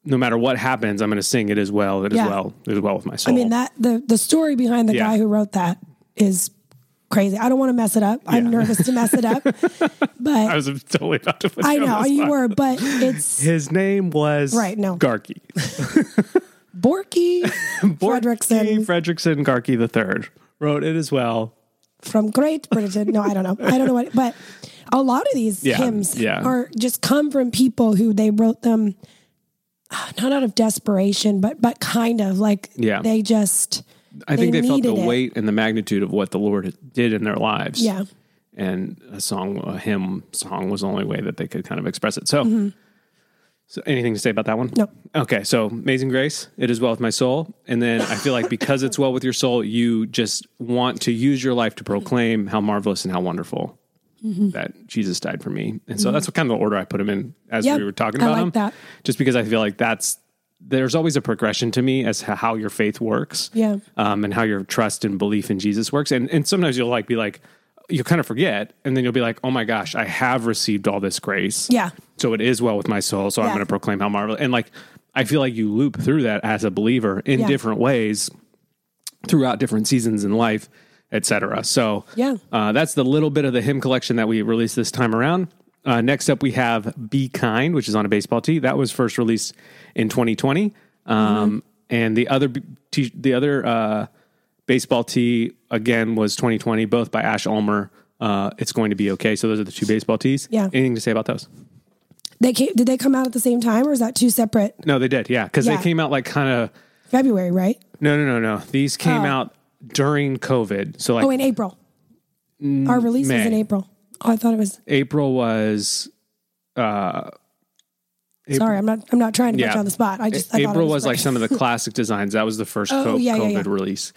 no matter what happens, I'm gonna sing it is well, it is
Yeah.
well, it is well with my soul.
I mean that the the story behind the
Yeah.
guy who wrote that is crazy. I don't want to mess it up. I'm nervous to mess it up,
I
but
was totally about to put
I
you on
know
the
you
spot.
were. But it's
His name was
Right, no.
Garkey.
Borky Fredrickson
Fredrickson Garkey the third wrote it as well.
from Great Britain. No, I don't know. I don't know what. But a lot of these
Yeah,
hymns
yeah.
are just come from people who they wrote them ah, not out of desperation, but but kind of like
Yeah.
they just
I think they, felt the
needed it.
weight and the magnitude of what the Lord did in their lives.
Yeah.
And a song, a hymn song was the only way that they could kind of express it. So, so anything to say about that one?
Mm-hmm. No.
Okay. So, Amazing Grace, It Is Well With My Soul. And then I feel like because it's well with your soul, you just want to use your life to proclaim how marvelous and how wonderful
Mm-hmm.
that Jesus died for me. And so that's what kind of the order I put him in as
Yep.
we were talking
Mm-hmm. I
about
like
him.
that.
Just because I feel like that's there's always a progression to me as to how your faith works.
Yeah.
Um, and how your trust and belief in Jesus works. And and sometimes you'll like be like you'll kind of forget and then you'll be like, "Oh my gosh, I have received all this grace."
Yeah.
So it is well with my soul, so I'm
Yeah.
going to proclaim how marvelous. And like I feel like you loop through that as a believer in
Yeah.
different ways throughout different seasons in life, etc. So
Yeah.
uh, that's the little bit of the hymn collection that we released this time around. Uh, next up, we have "Be Kind," which is on a baseball tee. That was first released in 2020,
Mm-hmm.
um, and the other b- t- the other uh, baseball tee again was 2020, both by Ash Ulmer. Uh, it's going to be okay. So those are the two baseball tees.
Yeah.
Anything to say about those?
They came, did they come out at the same time or is that two separate?
No, they did. Yeah, because
Yeah.
they came out like kind of.
February, right?
No, no, no, no. These came
Oh.
out during COVID. So like
Oh, in April. Our release was
Mm, May.
in April. Oh, I thought it was.
April was.
Sorry, I'm not. I'm not trying to put
Yeah.
you on the spot. I just I thought it
April was like
right.
some of the classic designs. That was the first
Oh,
co-
yeah, yeah,
COVID
yeah.
release.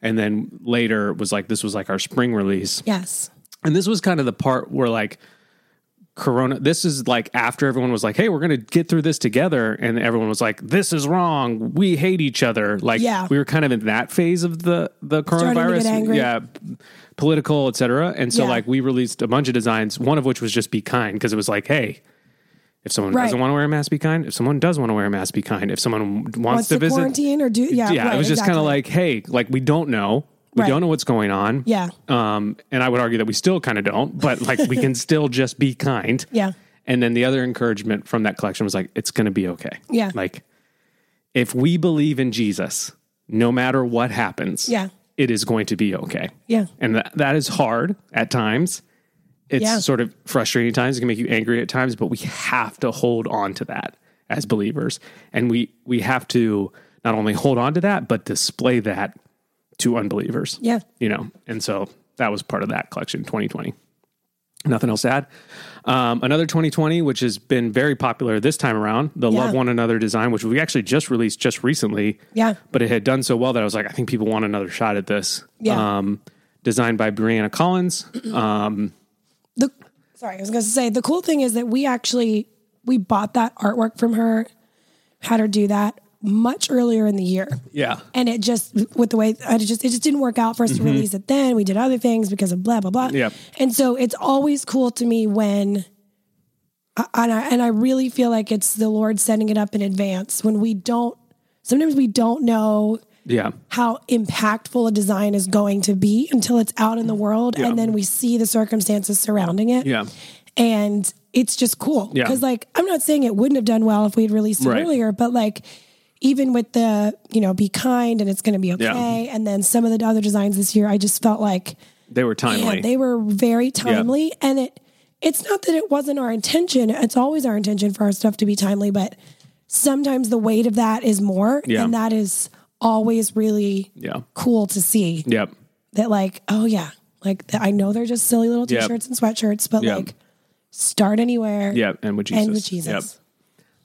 And then later was like, this was like our spring release.
yes.
And this was kind of the part where like Corona, this is like after everyone was like, hey, we're going to get through this together. And everyone was like, this is wrong. We hate each other. Like
Yeah.
we were kind of in that phase of the, the
Starting to get
coronavirus.
angry.
Yeah. Political, et cetera. And so
Yeah.
like we released a bunch of designs, one of which was just be kind. Cause it was like, hey, if someone
Right.
doesn't want to wear a mask, be kind. If someone does want to wear a mask, be kind. If someone wants,
Wants
to,
to
visit,
quarantine or do- yeah,
yeah.
right,
it was just kind of
exactly.
like, hey, like we don't know, we
Right.
don't know what's going on.
Yeah.
Um, and I would argue that we still kind of don't, but like we can still just be kind.
Yeah.
And then the other encouragement from that collection was like, it's going to be okay.
Yeah.
Like, if we believe in Jesus, no matter what happens,
Yeah.
it is going to be okay.
Yeah.
And that, that is hard at times. It's
Yeah.
sort of frustrating at times. It can make you angry at times, but we have to hold on to that as believers. And we we have to not only hold on to that, but display that to unbelievers.
Yeah.
You know, and so that was part of that collection, 2020. Nothing else to add. Um, another 2020, which has been very popular this time around, the
Yeah.
Love One Another design, which we actually just released just recently.
Yeah.
But it had done so well that I was like, I think people want another shot at this.
Yeah.
Um, designed by Brianna Collins.
the sorry, I was going to say the cool thing is that we actually we bought that artwork from her, had her do that much earlier in the year,
Yeah.
and it just with the way I just it just didn't work out for us to release it. Then we did other things because of blah blah blah.
Yep.
and so it's always cool to me when. I- And I, and I really feel like it's the Lord setting it up in advance when we don't, sometimes we don't know
Yeah.
how impactful a design is going to be until it's out in the world
Yeah.
and then we see the circumstances surrounding it.
Yeah.
And it's just cool.
Yeah.
Cause like I'm not saying it wouldn't have done well if we had released it
Right.
earlier, but like even with the, you know, be kind and it's gonna be okay.
Yeah.
And then some of the other designs this year, I just felt like
They were timely.
yeah, they were very timely, and it it's not that it wasn't our intention. It's always our intention for our stuff to be timely, but sometimes the weight of that is more,
Yeah.
and that is always really
Yeah.
cool to see.
yep.
That like, oh yeah, like that, I know they're just silly little
Yeah.
t-shirts and sweatshirts, but
Yeah.
like start anywhere.
Yeah. And with Jesus.
And with Jesus.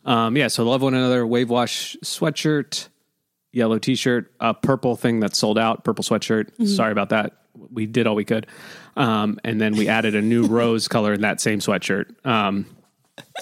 Yep. Um, yeah. So love one another. Wave wash sweatshirt, yellow t-shirt, a purple thing that sold out. Purple sweatshirt.
Mm-hmm.
Sorry about that. We did all we could. Um, and then we added a new rose color in that same sweatshirt. Um,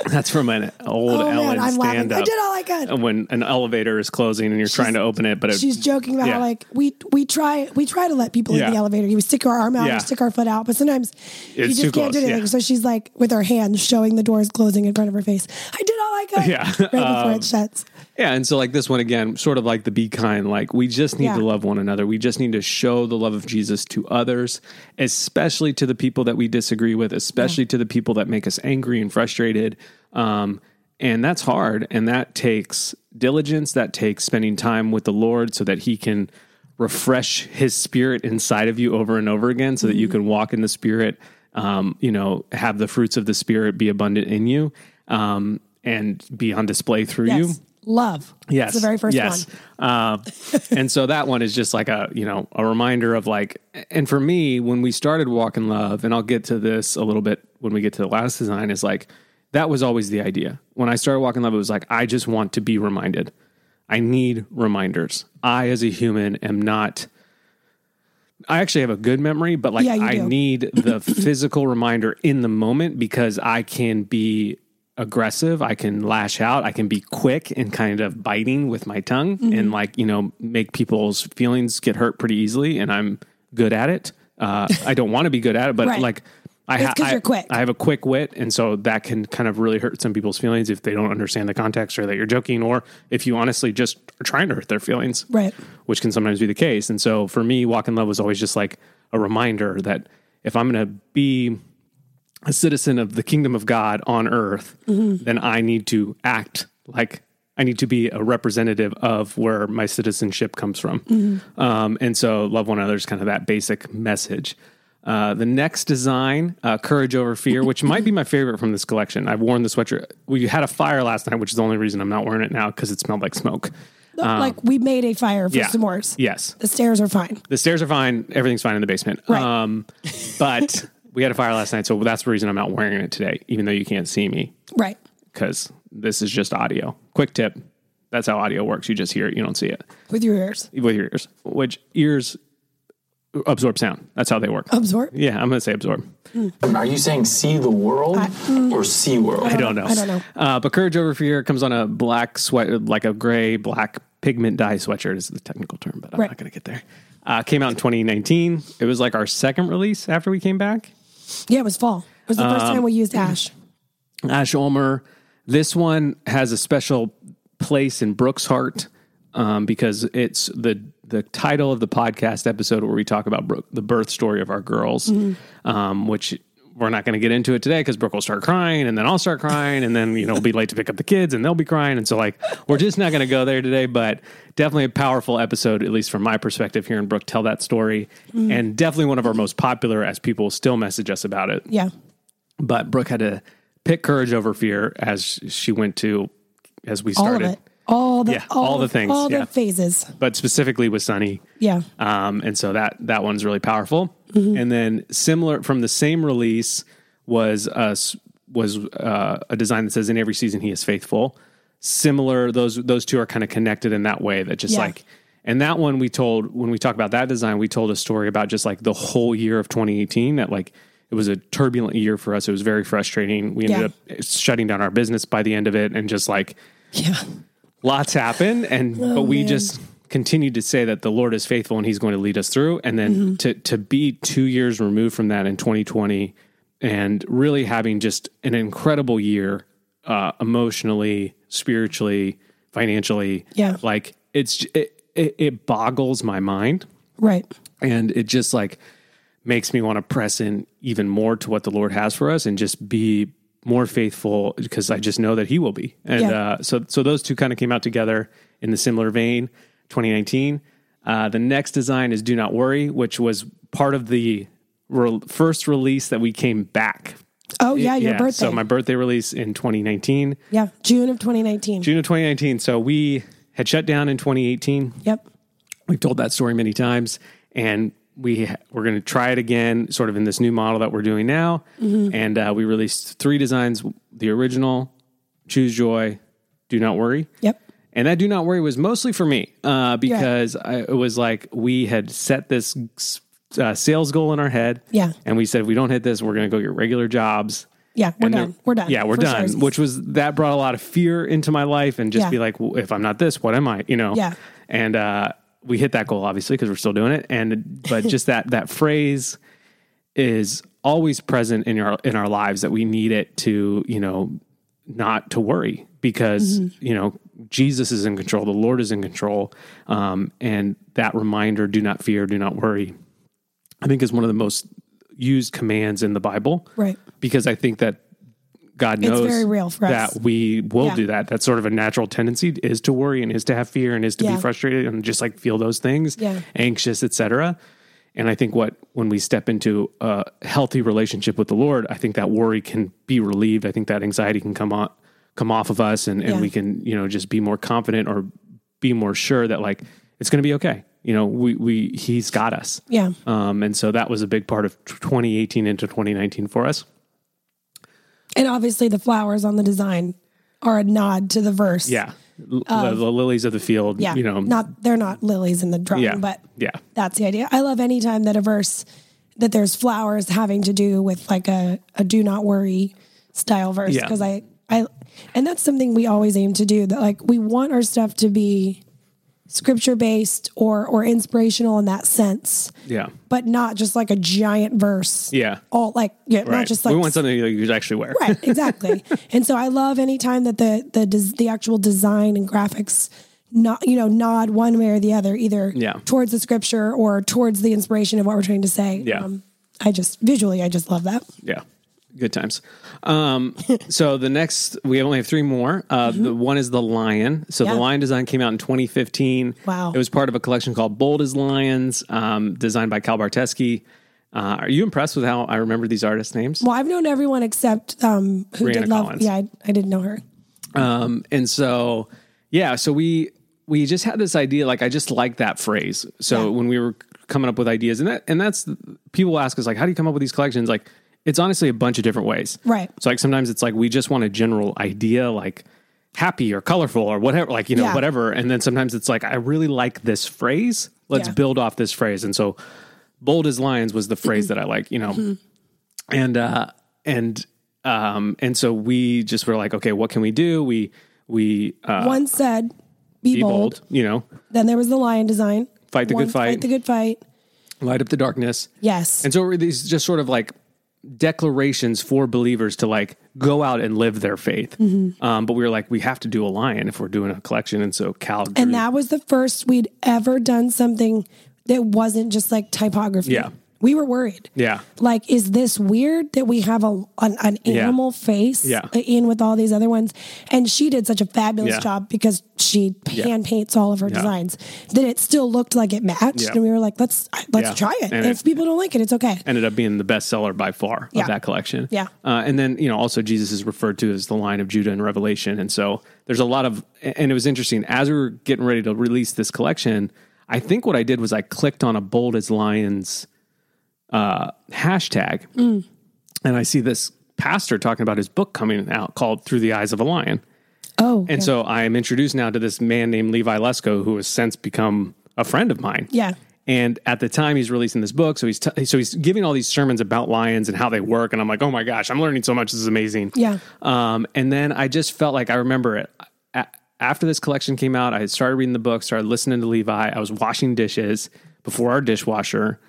that's from an old
Oh
Ellen
man, I'm laughing.
stand up.
I did all I could.
when an elevator is closing and you're trying to open it, but it,
She's joking about
Yeah.
how like we we try we try to let people
Yeah.
in the elevator. You stick our arm out,
Yeah.
or stick our foot out, but sometimes you
It's
just
too
can't do
close,
anything.
yeah.
So she's like with her hands showing the doors closing in front of her face. I did all I could.
Yeah. Um,
right before it shuts.
Yeah, and so like this one again, sort of like the be kind. Like we just need
Yeah.
to love one another. We just need to show the love of Jesus to others, especially to the people that we disagree with, especially to the people that make us angry and frustrated. Um, and that's hard, and that takes diligence. That takes spending time with the Lord so that He can refresh His Spirit inside of you over and over again, so that
Mm-hmm.
you can walk in the Spirit. Um, you know, have the fruits of the Spirit be abundant in you. Um, and be on display through you.
Yes. Love.
Yes.
It's the very first
yes.
one.
Uh, and so that one is just like a, you know, a reminder of like, and for me, when we started Walk in Love, and I'll get to this a little bit when we get to the last design, is like, that was always the idea. When I started Walk in Love, it was like, I just want to be reminded. I need reminders. I, as a human, am not. I actually have a good memory, but like
Yeah, you
I
do.
need the physical reminder in the moment because I can be aggressive, I can lash out, I can be quick and kind of biting with my tongue
Mm-hmm.
and like, you know, make people's feelings get hurt pretty easily and I'm good at it. Uh, I don't want to be good at it, but
Right.
like I
It's 'cause
I-
you're quick.
I have a quick wit, and so that can kind of really hurt some people's feelings if they don't understand the context or that you're joking, or if you honestly just are trying to hurt their feelings,
Right.
Which can sometimes be the case. And so for me, walk in love was always just like a reminder that if I'm going to be a citizen of the kingdom of God on earth, then I need to act like I need to be a representative of where my citizenship comes from. Um, and so, love one another is kind of that basic message. Uh, the next design, uh, Courage Over Fear, which might be my favorite from this collection. I've worn the sweatshirt. We had a fire last night, which is the only reason I'm not wearing it now because it smelled like smoke.
like we made a fire for
Um, yeah.
s'mores.
Yes.
The stairs are fine.
The stairs are fine. Everything's fine in the basement.
Right.
Um, but we had a fire last night, so that's the reason I'm not wearing it today, even though you can't see me
Right.
because this is just audio. Quick tip that's how audio works. You just hear it, you don't see it
With your ears.
with your ears, which ears absorb sound. That's how they work.
Absorb.
yeah, I'm going to say absorb.
Are you saying see the world or sea world?
I don't know.
I don't know.
Uh, but Courage Over Fear comes on a black sweat, like a gray black pigment dye sweatshirt is the technical term, but I'm
Right.
not going to get there. Uh, came out in 2019. It was like our second release after we came back.
Yeah, it was fall. It was the first
Um,
time we used ash.
Ash Ulmer. This one has a special place in Brooks' heart um, because it's the the title of the podcast episode where we talk about Brooke, the birth story of our girls, um, which we're not going to get into it today because Brooke will start crying and then I'll start crying and then you know we'll be late to pick up the kids and they'll be crying and so like we're just not going to go there today. But definitely a powerful episode, at least from my perspective, hearing Brooke tell that story, and definitely one of our most popular as people still message us about it
Yeah.
but Brooke had to pick courage over fear as she went to as we
All
started,
of it. All the
Yeah, all the things,
All
yeah.
the phases.
but specifically with Sunny.
Yeah.
Um, and so that that one's really powerful. And then similar from the same release was a s- was uh, a design that says in every season he is faithful. Similar those those two are kind of connected in that way that just
Yeah.
like and that one we told when we talk about that design we told a story about just like the whole year of 2018 that like it was a turbulent year for us it was very frustrating we ended up shutting down our business by the end of it and just like
Yeah.
lots happen and but we
Oh, man.
just continue to say that the lord is faithful and he's going to lead us through and then
Mm-hmm.
to to be 2 years removed from that in 2020 and really having just an incredible year uh emotionally spiritually financially
Yeah.
like it's j- it, it, it boggles my mind
Right.
and it just like makes me want to press in even more to what the Lord has for us and just be more faithful because I just know that He will be. And
Yeah.
uh, so, so those two kind of came out together in the similar vein, 2019. Uh, the next design is "Do Not Worry," which was part of the re- first release that we came back.
Oh yeah, your birthday.
So my birthday release in 2019,
yeah, June of 2019.
June of 2019. So we had shut down in 2018.
Yep.
We've told that story many times, and we we're going to try it again, sort of in this new model that we're doing now. And uh, we released three designs: the original, "Choose Joy," "Do Not Worry."
Yep.
And that "Do Not Worry" was mostly for me uh, because I, it was like we had set this uh, sales goal in our head,
Yeah.
and we said if we don't hit this, we're going to go get regular jobs.
Yeah, we're
And there-
done. We're done.
Yeah, we're
For
done.
starsies.
Which was that brought a lot of fear into my life, and just
Yeah.
be like, well, if I'm not this, what am I? You know.
Yeah.
And uh, we hit that goal obviously because we're still doing it, and but just that that phrase is always present in our in our lives that we need it to you know not to worry because
Mm-hmm.
you know Jesus is in control, the Lord is in control, um, and that reminder, do not fear, do not worry, I think is one of the most used commands in the Bible,
Right.
Because I think that God
It's
knows
very real for
that
us.
we will
Yeah.
do that. That's sort of a natural tendency is to worry and is to have fear and is to
Yeah.
be frustrated and just like feel those things,
Yeah.
anxious, etc. And I think what when we step into a healthy relationship with the Lord, I think that worry can be relieved. I think that anxiety can come on come off of us and, and
Yeah.
we can, you know, just be more confident or be more sure that like it's gonna be okay. You know, we we he's got us.
Yeah.
Um, and so that was a big part of 2018 into 2019 for us.
And obviously the flowers on the design are a nod to the verse.
Yeah. L- the, the lilies of the field,
Yeah.
you know.
not they're not lilies in the drawing,
yeah.
but
yeah.
that's the idea. I love any time that a verse that there's flowers having to do with like a, a do not worry style verse
Yeah.
because I I and that's something we always aim to do that like we want our stuff to be scripture based or or inspirational in that sense
Yeah.
but not just like a giant verse
Yeah.
all like yeah
Right.
not just like
we want something that you could actually wear.
right exactly and so i love any time that the the des- the actual design and graphics not you know nod one way or the other either
Yeah.
towards the scripture or towards the inspiration of what we're trying to say Um,
Yeah.
i just visually i just love that
Yeah. Good times. Um, so the next, we only have three more. Uh, The one is the lion. So
Mm-hmm. Yeah.
the lion design came out in 2015.
Wow.
It was part of a collection called Bold as Lions, um, designed by Cal Barteski. Uh, are you impressed with how I remember these artists' names?
Well, I've known everyone except um, who
Rhianna
did love.
Collins.
Yeah, I, I didn't know her.
Um, and so, yeah, so we we just had this idea. Like, I just like that phrase. So when we were coming up with ideas, and that and that's people ask us like, how do you come up with these collections? Like, it's honestly a bunch of different ways.
Right.
So like sometimes it's like we just want a general idea, like happy or colorful or whatever, like you know
Yeah.
whatever. And then sometimes it's like I really like this phrase. Let's
Yeah.
build off this phrase. And so, bold as lions was the phrase that I like. You know
Mm-hmm.
and uh and um and so we just were like okay what can we do we we uh
One said, "Be,
be
bold.
bold you know
Then there was the lion design.
Fight the good
One,
fight.
Fight the good fight.
light up the darkness
Yes.
and so were these just sort of like declarations for believers to like go out and live their faith
Mm-hmm.
um but we were like we have to do a lion if we're doing a collection and so cal drew,
and that was the first we'd ever done something that wasn't just like typography.
Yeah.
We were worried.
yeah
Like, is this weird that we have a an, an animal face
Yeah.
in with all these other ones? And she did such a fabulous
Yeah.
job because she hand paints all of her designs that it still looked like it matched.
Yeah.
And we were like, let's let's
Yeah.
try it.
And
And if
it-
people don't like it, it's okay.
ended up being the bestseller by far
Yeah.
of that collection.
Yeah.
Uh, and then, you know, also Jesus is referred to as the line of Judah in Revelation. And so there's a lot of, and it was interesting as we were getting ready to release this collection, I think what I did was I clicked on a bold as lions uh, hashtag
Mm.
and I see this pastor talking about his book coming out called Through the Eyes of a Lion.
oh,
And
yeah.
so I am introduced now to this man named Levi Lesko, who has since become a friend of mine.
Yeah.
And at the time he's releasing this book, so he's t- so he's giving all these sermons about lions and how they work, and I'm like, oh my gosh, I'm learning so much. This is amazing.
Yeah.
Um, and then I just felt like I remember it a- after this collection came out. I had started reading the book, started listening to Levi. I was washing dishes before our dishwasher,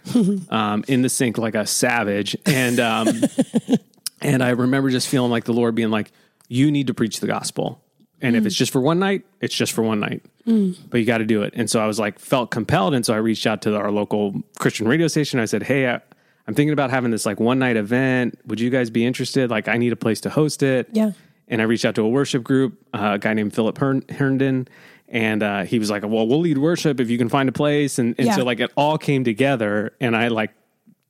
um, in the sink like a savage, and um, and I remember just feeling like the Lord being like, you need to preach the gospel. And
Mm.
if it's just for one night, it's just for one night, but you got to do it. And so I was like, felt compelled. And so I reached out to our local Christian radio station. I said, Hey, I, I'm thinking about having this like one night event. Would you guys be interested? Like, I need a place to host it.
Yeah.
And I reached out to a worship group, uh, a guy named Philip Hern- Herndon. And uh, he was like, Well, we'll lead worship if you can find a place. And, and
Yeah.
so, like, it all came together. And I like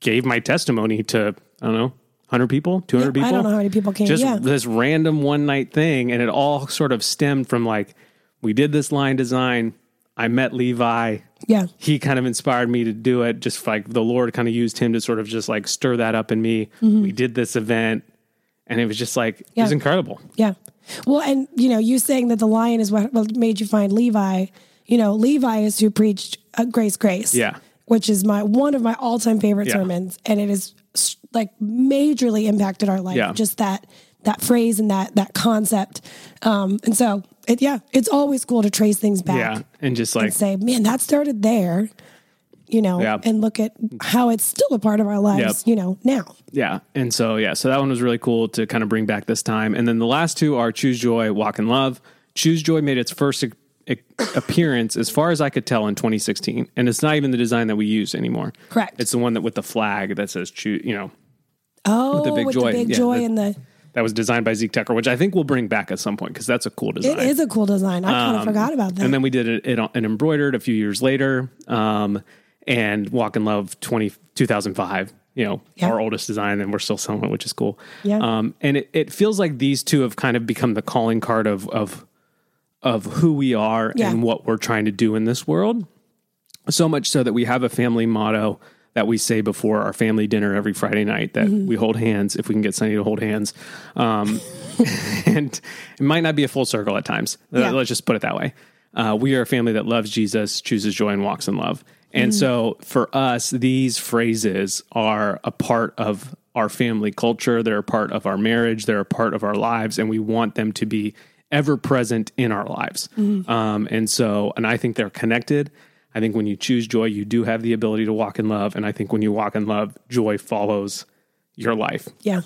gave my testimony to, I don't know, 100 people, 200
Yeah,
people.
I don't know how many people came,
Just
yeah.
this random one night thing. And it all sort of stemmed from like, we did this line design. I met Levi.
Yeah.
He kind of inspired me to do it. Just like the Lord kind of used him to sort of just like stir that up in me. We did this event. And it was just like, it was
Mm-hmm. Yeah.
incredible.
Yeah. Well, and you know, you saying that the lion is what, what made you find Levi. You know, Levi is who preached uh, Grace Grace.
Yeah.
Which is my one of my all time favorite
Yeah.
sermons, and it is s- like majorly impacted our life.
Yeah.
Just that that phrase and that that concept. Um, and so, it, yeah, it's always cool to trace things back
Yeah. And just like,
and say, man, that started there. You know,
Yeah.
and look at how it's still a part of our lives.
Yep.
You know, now.
Yeah. And so, yeah, so that one was really cool to kind of bring back this time. And then the last two are Choose Joy, Walk in Love. Choose Joy made its first a- a- appearance, as far as I could tell, in 2016. And it's not even the design that we use anymore.
Correct.
It's the one that with the flag that says Choose, you know,
Oh,
the big
with
joy.
the big
Yeah,
joy
the-
and the
that was designed by Zeke Tucker, which I think we'll bring back at some point because that's a cool design.
It is a cool design. I kind of forgot about that.
Um, And then we did it, it, it embroidered a few years later. Um, and Walk in Love 20, 2005, you know,
Yeah.
our oldest design, and we're still selling it, which is cool.
Yeah.
Um, and it, it feels like these two have kind of become the calling card of of of who we are
Yeah.
and what we're trying to do in this world. So much so that we have a family motto that we say before our family dinner every Friday night that
Mm-hmm.
we hold hands if we can get Sunny to hold hands. Um, and it might not be a full circle at times.
Yeah.
Let's just put it that way. Uh, we are a family that loves Jesus, chooses joy, and walks in love. And so for us, these phrases are a part of our family culture. They're a part of our marriage. They're a part of our lives. And we want them to be ever present in our lives. Um, and so, and I think they're connected. I think when you choose joy, you do have the ability to walk in love. And I think when you walk in love, joy follows your life
yeah.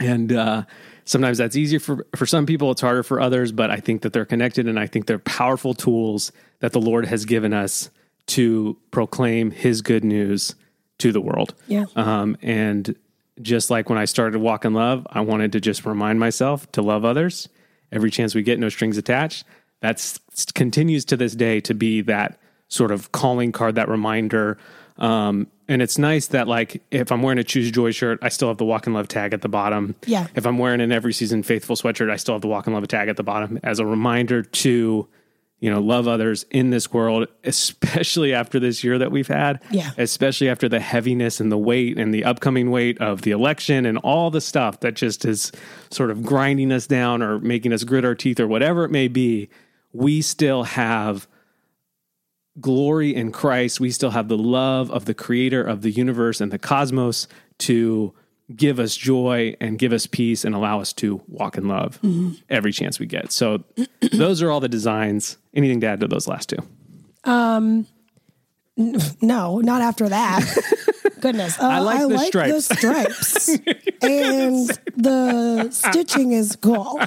and uh, sometimes that's easier for for some people it's harder for others but i think that they're connected and i think they're powerful tools that the lord has given us to proclaim his good news to the world
Yeah.
um, and just like when i started walk in love i wanted to just remind myself to love others every chance we get no strings attached that's continues to this day to be that sort of calling card that reminder um, And it's nice that like if I'm wearing a Choose Joy shirt, I still have the Walk in Love tag at the bottom.
Yeah.
If I'm wearing an Every Season Faithful sweatshirt, I still have the Walk in Love tag at the bottom as a reminder to, you know, love others in this world, especially after this year that we've had.
Yeah.
Especially after the heaviness and the weight and the upcoming weight of the election and all the stuff that just is sort of grinding us down or making us grit our teeth or whatever it may be. We still have glory in Christ, we still have the love of the creator of the universe and the cosmos to give us joy and give us peace and allow us to walk in love
Mm-hmm.
every chance we get. So those are all the designs. Anything to add to those last two?
No, not after that. Goodness. Uh, I
like the
stripes. and the stitching is cool.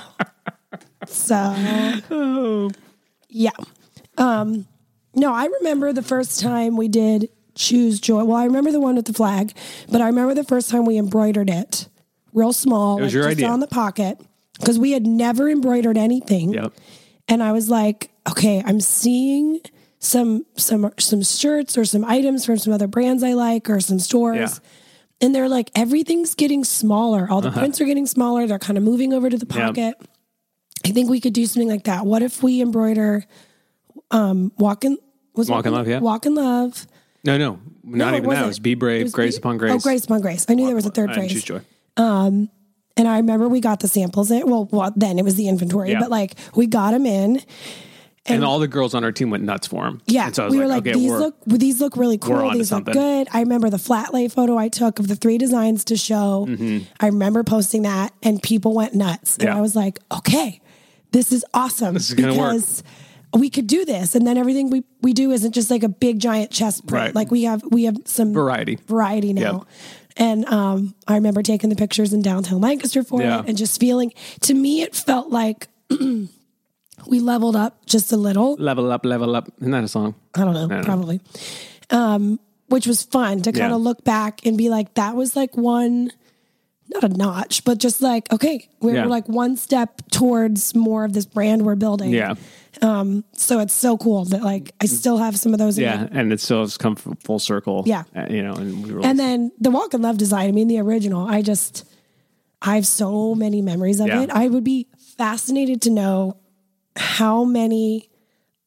So,
Oh.
yeah. Um, no, I remember the first time we did choose joy. Well, I remember the one with the flag, but I remember the first time we embroidered it real small. It
was your
just
idea.
on the pocket because we had never embroidered anything.
Yep.
And I was like, okay, I'm seeing some some some shirts or some items from some other brands I like or some stores.
Yeah. Uh-huh.
And they're like, everything's getting smaller. All the prints are getting smaller. They're kind of moving over to the
Yeah.
pocket. I think we could do something like that. What if we embroider um walk in was
Walk in Love, yeah.
Walk in love.
No, no, not
No,
even that. It
wasn't.
was be brave,
It was
grace
be-
upon grace.
Oh, grace upon grace. I knew there was a third
and
phrase.
choose joy.
And I remember we got the samples in. Well, well then it was the inventory,
Yeah.
but like we got them in.
And, all the girls on our team went nuts for him.
Yeah,
And so I was like,
we were like,
okay,
these
we're,
look these look really
we're
cool.
onto
These look
something.
good. I remember the flat lay photo I took of the three designs to show. I remember posting that, and people went nuts. And
Mm-hmm. Yeah.
I was like, okay, this is awesome
is gonna work.
because we could do this, and then everything we we do isn't just like a big giant chess print.
Right.
Like we have we have some
Variety.
variety now. And um, I remember taking the pictures in downtown Lancaster for
Yeah.
it, and just feeling. To me, it felt like. We leveled up just a little.
level up, level up. Isn't that a song?
I don't know,
know.
probably. Um, which was fun to kind
Yeah.
of look back and be like, that was like one, not a notch, but just like, okay, we're
Yeah.
like one step towards more of this brand we're building.
Yeah. Mm.
So it's so cool that like I still have some of those. in my-
Yeah. And it still has come full full circle.
Yeah.
Uh, you know, and we were
And then the Walk in Love design, I mean, the original, I just, I have so many memories of
Yeah.
it. I would be fascinated to know how many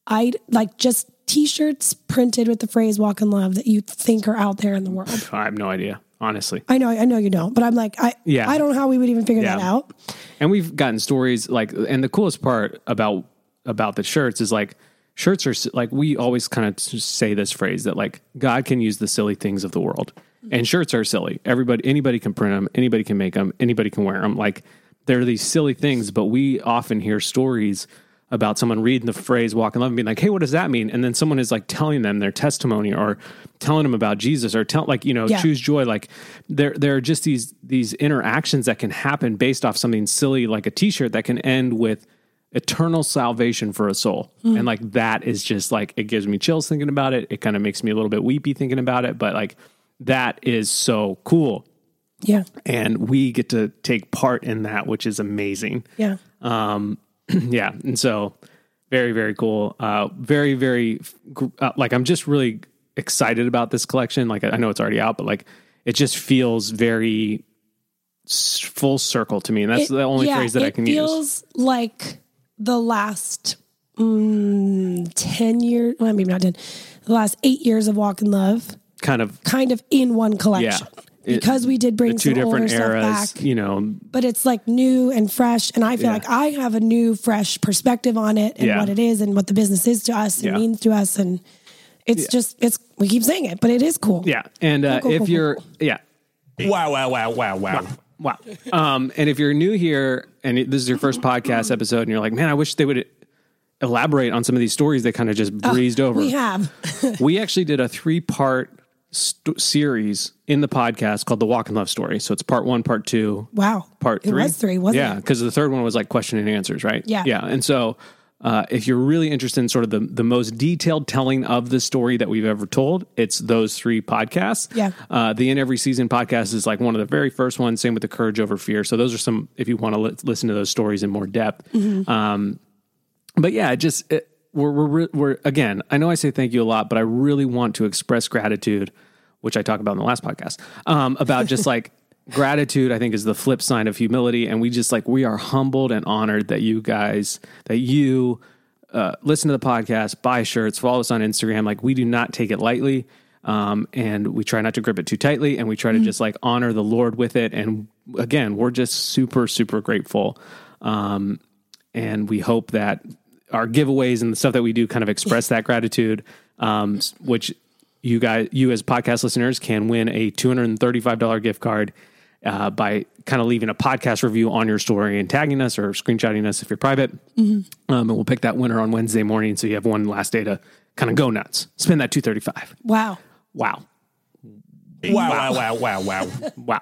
I like just t shirts printed with the phrase Walk in Love that you think are out there in the world.
I have no idea, honestly.
I know, I know you don't, but I'm like, I,
Yeah.
I don't know how we would even figure that
Yeah.
out.
And we've gotten stories like, and the coolest part about about the shirts is like, shirts are s- like we always kind of say this phrase that like God can use the silly things of the world, and shirts are silly. Everybody, anybody can print them, anybody can make them, anybody can wear them. Like they're these silly things, but we often hear stories about someone reading the phrase walk in love and being like, hey, what does that mean? And then someone is like telling them their testimony or telling them about Jesus or tell like, you know,
Yeah.
choose joy. Like there there are just these these interactions that can happen based off something silly like a t-shirt that can end with eternal salvation for a soul. And like that is just like it gives me chills thinking about it. It kind of makes me a little bit weepy thinking about it. But like that is so cool.
Yeah.
And we get to take part in that, which is amazing
Yeah.
yeah and so very very cool uh very very gr- uh, like i'm just really excited about this collection like i I know it's already out but like it just feels very s- full circle to me and that's
It-
the only
yeah,
phrase that i
it
can use
feels like the last mm, 10 years, well, maybe not 10, the last eight years of Walk in Love
kind of
kind of in one collection.
It-
because we did bring
the two
some older
different eras
stuff back,
you know
but it's like new and fresh. And I feel
Yeah.
like I have a new, fresh perspective on it and
Yeah.
what it is and what the business is to us and
Yeah.
means to us. And it's just, it's, we keep saying it, but it is cool.
yeah and uh,
Cool, cool,
if
cool,
you're
cool,
yeah
Wow, wow, wow, wow, wow.
Wow. Um, and if you're new here and it- this is your first podcast episode and you're like, man, I wish they would elaborate on some of these stories they kind of just breezed over.
Oh, We have.
we actually did a three part st- series in the podcast called The Walk in Love Story. So it's part one, part two,
Wow.
part three.
It was three, wasn't
yeah,
it?
because the third one was like question and answers, right?
Yeah.
Yeah. And so uh, if you're really interested in sort of the, the most detailed telling of the story that we've ever told, it's those three podcasts.
Yeah.
Uh, the In Every Season podcast is like one of the very first ones. Same with the Courage Over Fear. So those are some, if you want to li- listen to those stories in more depth. Um, but yeah, it just uh, it, we're, we're we're again. I know I say thank you a lot, but I really want to express gratitude which I talked about in the last podcast, um, about just like gratitude, I think is the flip side of humility. And we just like, we are humbled and honored that you guys, that you uh, listen to the podcast, buy shirts, follow us on Instagram. Like, we do not take it lightly. Um, and we try not to grip it too tightly. And we try to just like honor the Lord with it. And again, we're just super, super grateful. Um, and we hope that our giveaways and the stuff that we do kind of express that gratitude, um, s- which you guys, you as podcast listeners, can win a two hundred and thirty-five dollar gift card uh, by kind of leaving a podcast review on your story and tagging us or screenshotting us if you're private, um, and we'll pick that winner on Wednesday morning. So you have one last day to kind of go nuts, spend that two thirty-five.
Wow.
Wow.
Wow, wow, wow, wow, wow.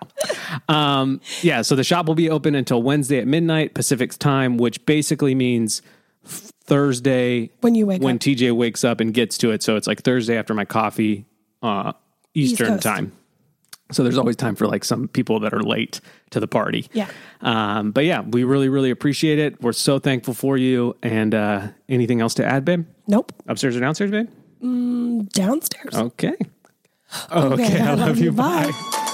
Wow. Um, yeah, so the shop will be open until Wednesday at midnight Pacific time, which basically means Thursday
When you wake
when
up.
TJ wakes up and gets to it. So it's like Thursday after my coffee, uh, Eastern
Coast.
time. So there's always time for like some people that are late to the party.
Yeah.
Um, but yeah, we really, really appreciate it. We're so thankful for you. And uh, anything else to add, babe?
Nope.
Upstairs or downstairs, babe?
Downstairs.
Oh, Okay. Okay, I love you. Bye.
Bye.